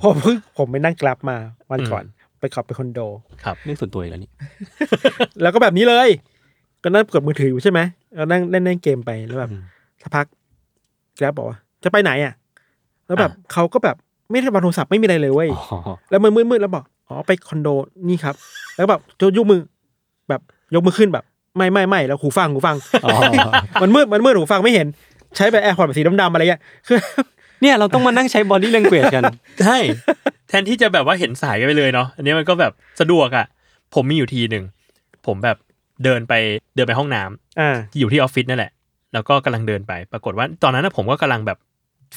Speaker 3: ผมเพิ่งผมไปนั่งกลับมาวันก่อนไปขับไปคอนโด
Speaker 4: ครับ
Speaker 2: เรื่องส่วนตัวอีกแล้วนี่
Speaker 3: แล้วก็แบบนี้เลย ก็นั่งกดมือถืออยู่ใช่ไหมแล้วนั่งเล่นเล่นเกมไปแล้วแบบสักพักแกร็บบอกว่า จะไปไหนอ่ะ แล้วแบบเขาก็แบบไม่ได้รับโทรศัพท์ไม่มีอะไรเลยเว้ย
Speaker 2: อ๋อ
Speaker 3: แล้วมือมืดๆแล้วบอกอ๋อไปคอนโดนี่ครับ แล้วแบบจะยกมือ แบบยกมือขึ้นแบบ ไม่ไม่ไม่แล้วหูฟังหูฟัง
Speaker 2: อ๋อ
Speaker 3: มันมืดมันมืดหูฟังไม่เห็น ใช้แบบแอร์พอร์ตสีดำๆอะไรเงี้ยคือ
Speaker 2: เนี่ยเราต้องมานั่งใช้บอดี้ a n ง u a g e กัน
Speaker 4: ใช่แทนที่จะแบบว่าเห็นสายกันไปเลยเนาะอันนี้มันก็แบบสะดวกอ่ะ ผมมีอยู่ทีหนึ่งผมแบบเดินไปเดินไปห้องน้ำ
Speaker 3: อ่า
Speaker 4: ที่อยู่ที่ออฟฟิศนั่นแหละ แล้วก็กำลังเดินไป ปรากฏว่าตอนนั้นนะผมก็กำลังแบบ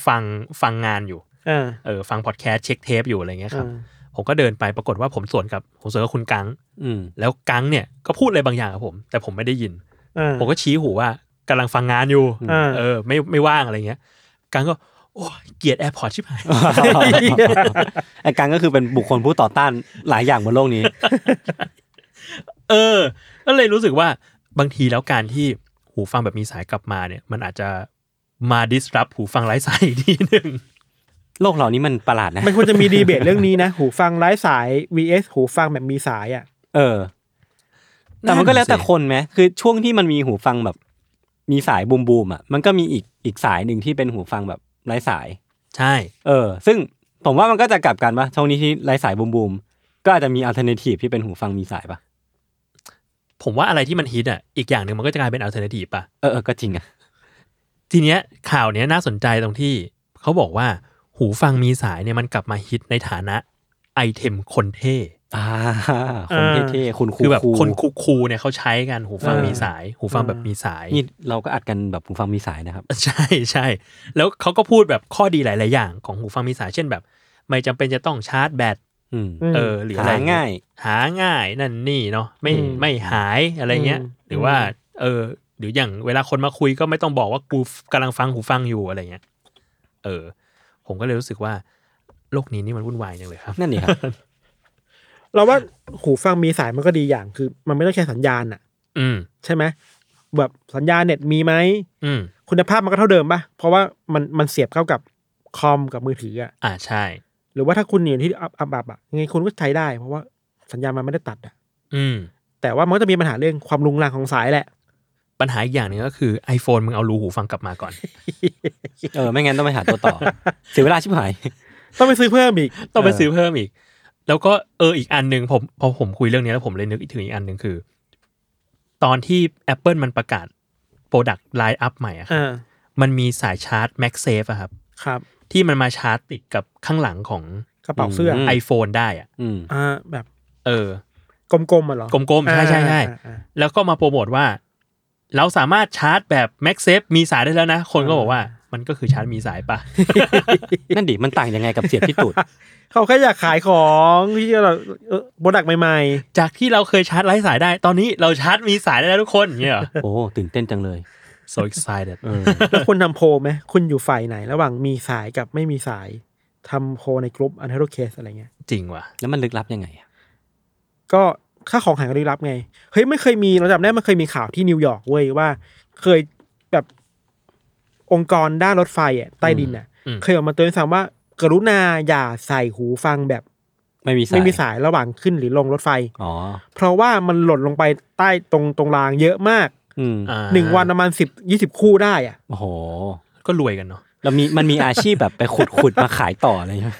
Speaker 4: ฟังฟังงานอยู่
Speaker 3: อ่า
Speaker 4: เออฟังพอดแคสต์เช็คเทปอยู่อะไรเงี้ยครับ
Speaker 3: อ่า
Speaker 4: ผมก็เดินไปปรากฏว่าผมสวนกับผมสวนกับคุณกัง
Speaker 2: อืม
Speaker 4: แล้วกังเนี่ยก็พูดอะไรบางอย่างกับผม แต่ผมไม่ได้ยิน
Speaker 3: อ่า
Speaker 4: ผมก็ชี้หูว่ากำลังฟังงานอยู่
Speaker 3: อ่า
Speaker 4: เออ ไม่ไม่ว่างอะไรเงี้ย กังก็โอ้ยเกลียดแอร์พอร์ตชิบหาย
Speaker 2: ไอ้กังก็คือเป็นบุคคลผู้ต่อต้านหลายอย่างบนโลกนี้
Speaker 4: เออ ก็เลยรู้สึกว่าบางทีแล้วการที่หูฟังแบบมีสายกลับมาเนี่ย มันอาจจะมา disrupt หูฟังไร้สายอีกทีหนึ่ง
Speaker 2: โลกเรานี้มันประหลาดนะ
Speaker 3: มันควรจะมีดีเบตเรื่องนี้นะ หูฟังไร้สาย vs หูฟังแบบมีสายอ่ะ
Speaker 2: เออ แต่มันก็แล้วแต่คนไหมคือช่วงที่มันมีหูฟังแบบ มีสายบูมบูมๆอ่ะ มันก็มีอีกอีกสายหนึ่งที่เป็นหูฟังแบบไร้สาย
Speaker 4: ใช่
Speaker 2: เออ ซึ่งผมว่ามันก็จะกลับกันปะช่วงนี้ที่ไร้สายบูมบูมๆก็อาจจะมีอัลเทอร์เนทีฟที่เป็นหูฟังมีสายปะ
Speaker 4: ผมว่าอะไรที่มันฮิตอ่ะ อีกอย่างหนึ่งมันก็จะกลายเป็นอัลเทอร์เนทีฟป่ะ
Speaker 2: เออเออก็จริงอ่ะ
Speaker 4: ทีเนี้ยข่าวเนี้ยน่าสนใจตรงที่ เขาบอกว่าหูฟังมีสายเนี่ยมันกลับมาฮิตในฐานะไอเทมคนเท่
Speaker 2: อ่าคนเท่ๆคนคู
Speaker 4: คือแบบ
Speaker 2: ลๆ
Speaker 4: คนคูลๆเนี่ยเขาใช้กันหูฟัง
Speaker 3: เออ
Speaker 4: มีสาย หูฟังแบบมีสาย
Speaker 2: นี่เราก็อัดกันแบบหูฟังมีสายนะครับ
Speaker 4: ใช่ใช่ แล้วเขาก็พูดแบบข้อดีหลาย ๆ อย่างของหูฟังมีสาย เช่นแบบ ไม่จำเป็นจะต้องชาร์จแบต
Speaker 2: อืม
Speaker 3: ม
Speaker 4: เออหรืออะไร
Speaker 2: หา
Speaker 4: เ
Speaker 2: ง่าย
Speaker 4: หาง่ายนั่นนี่เนาะไม่
Speaker 3: อืม
Speaker 4: ไม่หายอะไรเงี้ย
Speaker 3: อืม
Speaker 4: หรือว่า เออ หรืออย่างเวลาคนมาคุยก็ไม่ต้องบอกว่ากูกำลังฟังหูฟังอยู่อะไรเงี้ยเออ ผมก็เลยรู้สึกว่า โลกนี้นี่มันวุ่นวายจังเลยครับ
Speaker 2: นั่นนี่ครับ
Speaker 3: เราว่าหูฟังมีสายมันก็ดีอย่างคือ มันไม่ต้องใช้สัญญาณอ่ะ
Speaker 4: อืม
Speaker 3: ใช่ไหมแบบสัญญาณเน็ตมีไหม
Speaker 4: อืม
Speaker 3: คุณภาพมันก็เท่าเดิมป่ะ เพราะว่ามันมันเสียบเข้ากับ คอมกับมือถืออ่ะ
Speaker 4: อ่าใช่
Speaker 3: หรือว่าถ้าคุณอยู่ที่อับอับอับอ่ะยังไงคุณก็ใช้ได้ เพราะว่าสัญญาณมันไม่ได้ตัดอ่ะ
Speaker 4: อืม
Speaker 3: แต่ว่ามันก็จะมีปัญหาเรื่องความลุงลังของสายแหละ
Speaker 4: ปัญหาอีกอย่างหนึ่งก็คือ iPhone มึงเอารูหูฟังกลับมาก่อน
Speaker 2: เออไม่งั้นต้องไปหาตัวต่อ เสียเวลาชิบหาย
Speaker 3: ต้องไปซื้อเพิ่มอีก
Speaker 4: ต้องไปซื้อเพิ่มอีก แล้วก็เอออีกอันหนึ่งผมพอผมคุยเรื่องนี้แล้วผมเลยนึกถึงอีกอันหนึ่งคือ ตอนที่ Apple มันประกาศโปรดักต์ไลน์อัพใหม่อะครับ
Speaker 3: อ่า
Speaker 4: มันมีสายชาร์จ MagSafe อะครับ
Speaker 3: ครับ
Speaker 4: ที่มันมาชาร์จติดกับข้างหลังของ
Speaker 3: กระเป๋าเสื้ออ
Speaker 2: ม
Speaker 4: iPhone ได้อะ
Speaker 2: อืม
Speaker 3: อ่าแบบ
Speaker 4: เออ
Speaker 3: กลมๆมาหรอก
Speaker 4: ลมๆใช่ใช่ใช่
Speaker 3: อ่าอ่าอ่า
Speaker 4: แล้วก็มาโปรโมทว่า เราสามารถชาร์จแบบ MagSafe มีสายได้แล้วนะ คนก็บอกว่ามันก็คือชาร์จมีสายปะ
Speaker 2: นั่นดิมันต่างยังไงกับเสียบที่ตูด
Speaker 3: เขาแค่อยากขายของที่เราโปรดักใหม่
Speaker 4: จากที่เราเคยชาร์จไร้สายได้ ตอนนี้เราชาร์จมีสายได้แล้วทุกคนอย่างเงี้ยเหรอ
Speaker 2: โอ้ตื่นเต้นจังเลย
Speaker 4: so excited
Speaker 2: เออ
Speaker 3: ๆ แล้วคุณทำโพลไหม คุณอยู่ฝ่ายไหน ระหว่างมีสายกับไม่มีสายทำโพลในกลุ่มอันเทอร์เคสอะไรเงี้ย
Speaker 4: จริงว่ะ
Speaker 2: แล้วมันลึกลับยังไงอะ
Speaker 3: ก็ค่าของหายก็ได้รับไง เฮ้ยไม่เคยมีเราจำได้มันเคยมีข่าวที่นิวยอร์กเว้ยว่า เคยแบบองค์กรด้านรถไฟอ่ะใต้ดินอ่ะ
Speaker 4: อืม
Speaker 3: เคยออกมาเตือนสามว่า กรุณาอย่าใส่หูฟังแบบ
Speaker 2: ไม่มีสาย
Speaker 3: ไม่มีสายระหว่างขึ้นหรือลงรถไฟ
Speaker 2: อ๋อ
Speaker 3: เพราะว่ามันหล่นลงไปใต้ตรงตรงรางเยอะมาก
Speaker 2: อืม
Speaker 4: อ่า
Speaker 3: หนึ่งวันประมาณสิบยี่สิบคู่ได้อ่ะ
Speaker 2: โอ้โห
Speaker 4: ก็รวยกันเนาะ
Speaker 2: แล้วมี มันมีอาชีพแบบไปขุดขุดมาขายต่ออะไรอย่างเงี้ย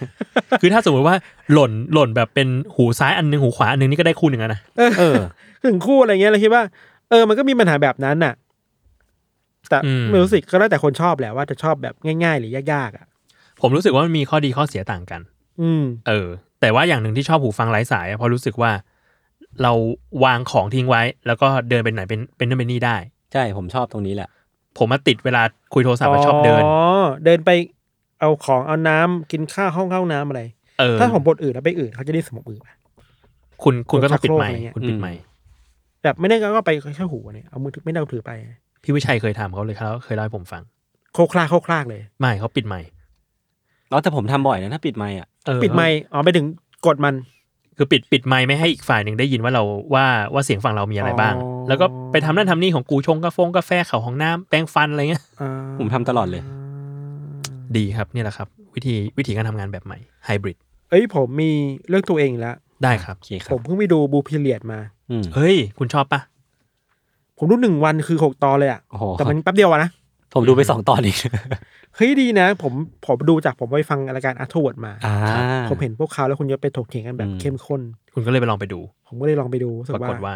Speaker 4: คือถ้าสมมติว่าหล่นหล่นแบบเป็นหูซ้ายอันหนึงหูขวาอันหนึงนี่ก็ได้คู่หนึ่งอะนะ
Speaker 2: เออ
Speaker 3: ถึงคู่อะไรเงี้ยเราคิดว่าเออมันก็มีปัญหาแบบนั้นน่ะ แต่
Speaker 4: อืม
Speaker 3: ไม่รู้สิก็แล้วแต่คนชอบแหละว่าจะชอบแบบง่ายๆ หรือยากๆอ่ะ
Speaker 4: ผมรู้สึกว่ามันมีข้อดีข้อเสียต่างกัน
Speaker 3: อืม
Speaker 4: เออ แต่ว่าอย่างหนึ่งที่ชอบหูฟังไร้สายอะเพราะรู้สึกว่าเราวางของทิ้งไว้ แล้วก็เดินไปไหนเป็นเป็นนั่นเป็นนี่ได้
Speaker 2: ใช่ผมชอบตรงนี้แหละ
Speaker 4: ผมมาติดเวลาคุยโทรศัพท์มาชอบเดิน
Speaker 3: อ๋อเดินไปเอาของเอาน้ำกินข้าวห้องเข้าน้ำอะไร
Speaker 4: เออ
Speaker 3: ถ้าผมปวดอืดแล้วไปอืดเขาจะได้สมองอืดปะ
Speaker 4: คุณคุณก็ต้องปิดไม
Speaker 3: ชักโครกอะไร
Speaker 4: ค์
Speaker 3: เงี้ย
Speaker 4: คุณปิดไมค์
Speaker 3: แบบไม่ได้ก็ไปแค่หูเนี่ยเอามือถือไม่ได้เอาถือไป
Speaker 4: พี่วิชัยเคยทำเขาเลยเขาเคยเล่าให้ผมฟัง
Speaker 3: โคคลาโคคลากเลย
Speaker 4: ไม่เขาปิดไมค์
Speaker 2: แล้วแต่ผมทำบ่อยนะถ้าปิดไมค์อ่ะ
Speaker 4: เออ
Speaker 3: ปิดไมค์อ๋อไปถึงกดมัน
Speaker 4: คือปิดปิดไมค์ไม่ให้อีกฝ่ายหนึ่งได้ยินว่าเราว่าว่าเสียงฝั่งเรามีอะไรบ้าง
Speaker 3: อ๋อ
Speaker 4: แล้วก็ไปทำนั่นทำนี่ของกูชงกาแฟงกาแฟเขาห้องน้ำแปรงฟันอะไรเงี้ย
Speaker 3: อ่า
Speaker 2: ผมทำตลอดเลย
Speaker 4: ดีครับเนี่ยแหละครับ วิธีวิธีการทำงานแบบใหม่ไฮบริด
Speaker 3: เอ้ยผมมีเรื่องตัวเองอีกแล้ว
Speaker 4: ได้ครับ
Speaker 2: โอเคค
Speaker 3: ผ
Speaker 2: รับ
Speaker 3: มเพิ่งไปดูบูพิเลียดมา
Speaker 2: อืม
Speaker 4: เฮ้ย คุณชอบปะ
Speaker 3: ผมดูหนึ่งวันคือหกตอนเลยอ่ะ
Speaker 2: โอ้โห
Speaker 3: แต่มันแป๊บเดียวอะนะ
Speaker 2: ผมดูไปสองตอนเอง
Speaker 3: เฮ้ยดีนะ ผมผมดูจากผมไปฟังรายการอาร์ทเวิร์ดมา
Speaker 2: อ่า
Speaker 3: ผมเห็นพวกเขาแล้วคุณยศไปถกเถียงกันแบบ
Speaker 2: อืม
Speaker 3: เข้มข้น
Speaker 4: คุณก็เลยไปลองไปดู
Speaker 3: ผมก็เลยลองไปดูรู้สึ
Speaker 4: ปราก
Speaker 3: ก
Speaker 4: ฏ
Speaker 3: ว่า
Speaker 4: ว่า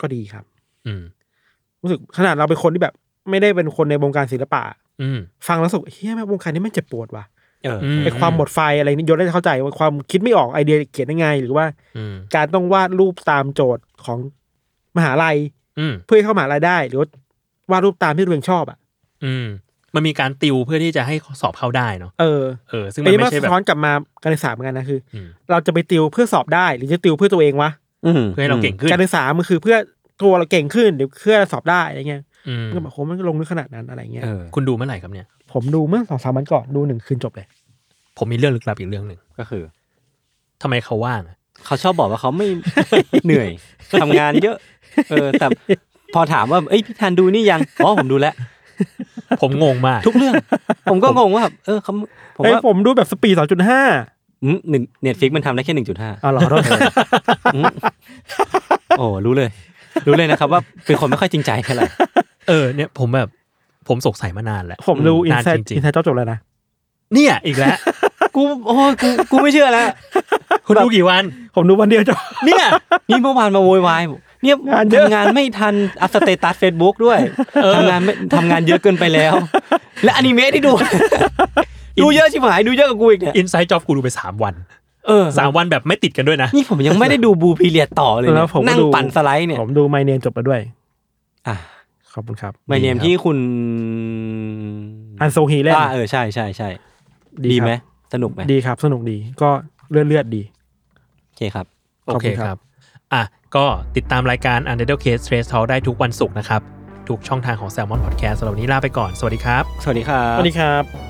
Speaker 3: ก็ดีครับ
Speaker 4: อืม
Speaker 3: รู้สึกขนาดเราเป็นคนที่แบบ ไม่ได้เป็นคนในวงการศิลปะ
Speaker 4: อืม
Speaker 3: ฟังแล้วรู้สึกเฮ้ยแม่งวงการนี้ไม่งเจ็บปวดว่ะ
Speaker 2: เออ
Speaker 4: ม
Speaker 3: ไอความหมดไฟอะไรนี่ยศได้เข้าใจว่าความคิดไม่ออกไอเดียเขียนยังไง หรือว่า
Speaker 4: อืม
Speaker 3: การต้องวาดรูปตามโจทย์ของมหาลัย
Speaker 4: อืม
Speaker 3: เพื่อให้เข้ามหาลัยได้ หรือว่าวาดรูปตามที่ตัวเองชอบอ่ะ
Speaker 4: อืมมันมีการติวเพื่อที่จะให้สอบเข้าได้เนาะ
Speaker 3: เออ
Speaker 4: เออ ซึ่ง
Speaker 3: ไอ้
Speaker 4: มัน
Speaker 3: นี่
Speaker 4: ไม่
Speaker 3: มัน
Speaker 4: ใช่แบ
Speaker 3: สะ
Speaker 4: บ
Speaker 3: ท้อนกลับมาการศึกษาเหมือนกันนะคือ
Speaker 4: อืม
Speaker 3: เราจะไปติวเพื่อสอบได้ หรือจะติวเพื่อตัวเองวะ
Speaker 2: อืม
Speaker 4: เพื่อให้เราเก่งขึ้น
Speaker 3: การศึกษามันคือเพื่อตัวเราเก่งขึ้นหรือเพื่อสอบได้อะไรเงี้ย
Speaker 4: อืม
Speaker 3: ก็แบบโหมันก็ลงลึกขนาดนั้นอะไรเงี้ย
Speaker 2: เออ
Speaker 4: คุณดูเมื่อไหร่ครับเนี่ย
Speaker 3: ผมดูเมื่อสองสามวันก่อนดูหนึ่งคืนจบเลย
Speaker 4: ผมมีเรื่องลึกลับอีกเรื่องหนึ่ง
Speaker 2: ก็คือ
Speaker 4: ทำไมเขาว่างอะ
Speaker 2: เขาชอบบอกว่าเขาไม่ เหนื่อยทำงานเยอะ เออ แต่พอถามว่า เอ้ยพี่ทันดูนี่ยังอ๋อผมดูแล้ว
Speaker 4: ผมงงมาก
Speaker 2: ทุกเรื่อง ผมก็งงว่าแบบเออเขาผม
Speaker 3: เฮ้ย
Speaker 2: ว่า
Speaker 3: ผมดูแบบสปีดสองจุดห้า
Speaker 2: หนึ่งเน็ตฟิกมันทำได้แค่หนึ่งจุดห้า
Speaker 3: อ๋อ เหรอโทษ
Speaker 2: โอ้รู้เลย รู้เลยนะครับ ว่าเป็นคนไม่ค่อยจริงใจเท่าไหร่
Speaker 4: เออเนี่ยผมแบบผมสงสัยมานานแล้ว
Speaker 3: ผมดูอิน
Speaker 4: นาน
Speaker 3: ไซ
Speaker 4: จ
Speaker 3: ต์
Speaker 4: ริ
Speaker 3: อิ
Speaker 4: ง
Speaker 3: นไซต์จบเลยนะ
Speaker 4: ๆเนี่ยอีกแล้ว
Speaker 2: กูโอ้ยกูกูไม่เชื่อแล้ว
Speaker 4: คุณดูกี่ วัน
Speaker 3: ผมดูวันเดียวจบ
Speaker 2: เนี่ยนี่เมื่อวานมาโวยวายบอกเนี่ย
Speaker 3: งานเยอะ
Speaker 2: ทำงานไม่ทันอัพสเตตัสเฟซบุ๊กด้วยทำงานไม่ทำงานเยอะเกินไปแล้ว และอนิเมะที่ดู ดูเยอะชิบหายดูเยอะกว่ากูอีกเนี่ย
Speaker 4: อินไซต์จ็อบกูดูไปสามวัน
Speaker 2: เออ
Speaker 4: สามวันแบบไม่ติดกันด้วยนะ
Speaker 2: นี่ผมยังไม่ได้ดูบูพีเรียดต่อเลย
Speaker 3: แล้
Speaker 2: เนี่
Speaker 3: วย ผมก็
Speaker 2: นั่ง
Speaker 3: ดู
Speaker 2: ปั่นสไลด์เนี่ย
Speaker 3: ผมดูไมเนียนจบไปด้วย
Speaker 2: อ่ะ
Speaker 3: ขอบคุณครับ
Speaker 2: ไม่เนียมที่คุณ
Speaker 3: อันโซฮีเล่น
Speaker 2: อ่าเออใช่ใช่ใช่ดีไหม
Speaker 3: ครับ
Speaker 2: สนุกไหม
Speaker 3: ดีครับสนุกดีก็เลือดเลือดๆดี
Speaker 2: โอเคครับ
Speaker 4: โอเค
Speaker 3: ขอบคุณค
Speaker 4: ค
Speaker 3: รั
Speaker 4: รับ
Speaker 3: บ
Speaker 4: อ่ะ ก็ติดตามรายการ u n d e r t a l e Case Trace Talk ได้ทุกวันศุกร์นะครับ ทุกช่องทางของ Salmon Podcast สำหรับวันนี้ลาไปก่อน สวัสดีครับ
Speaker 2: สวัสดีครับ
Speaker 3: สวัสดีครับ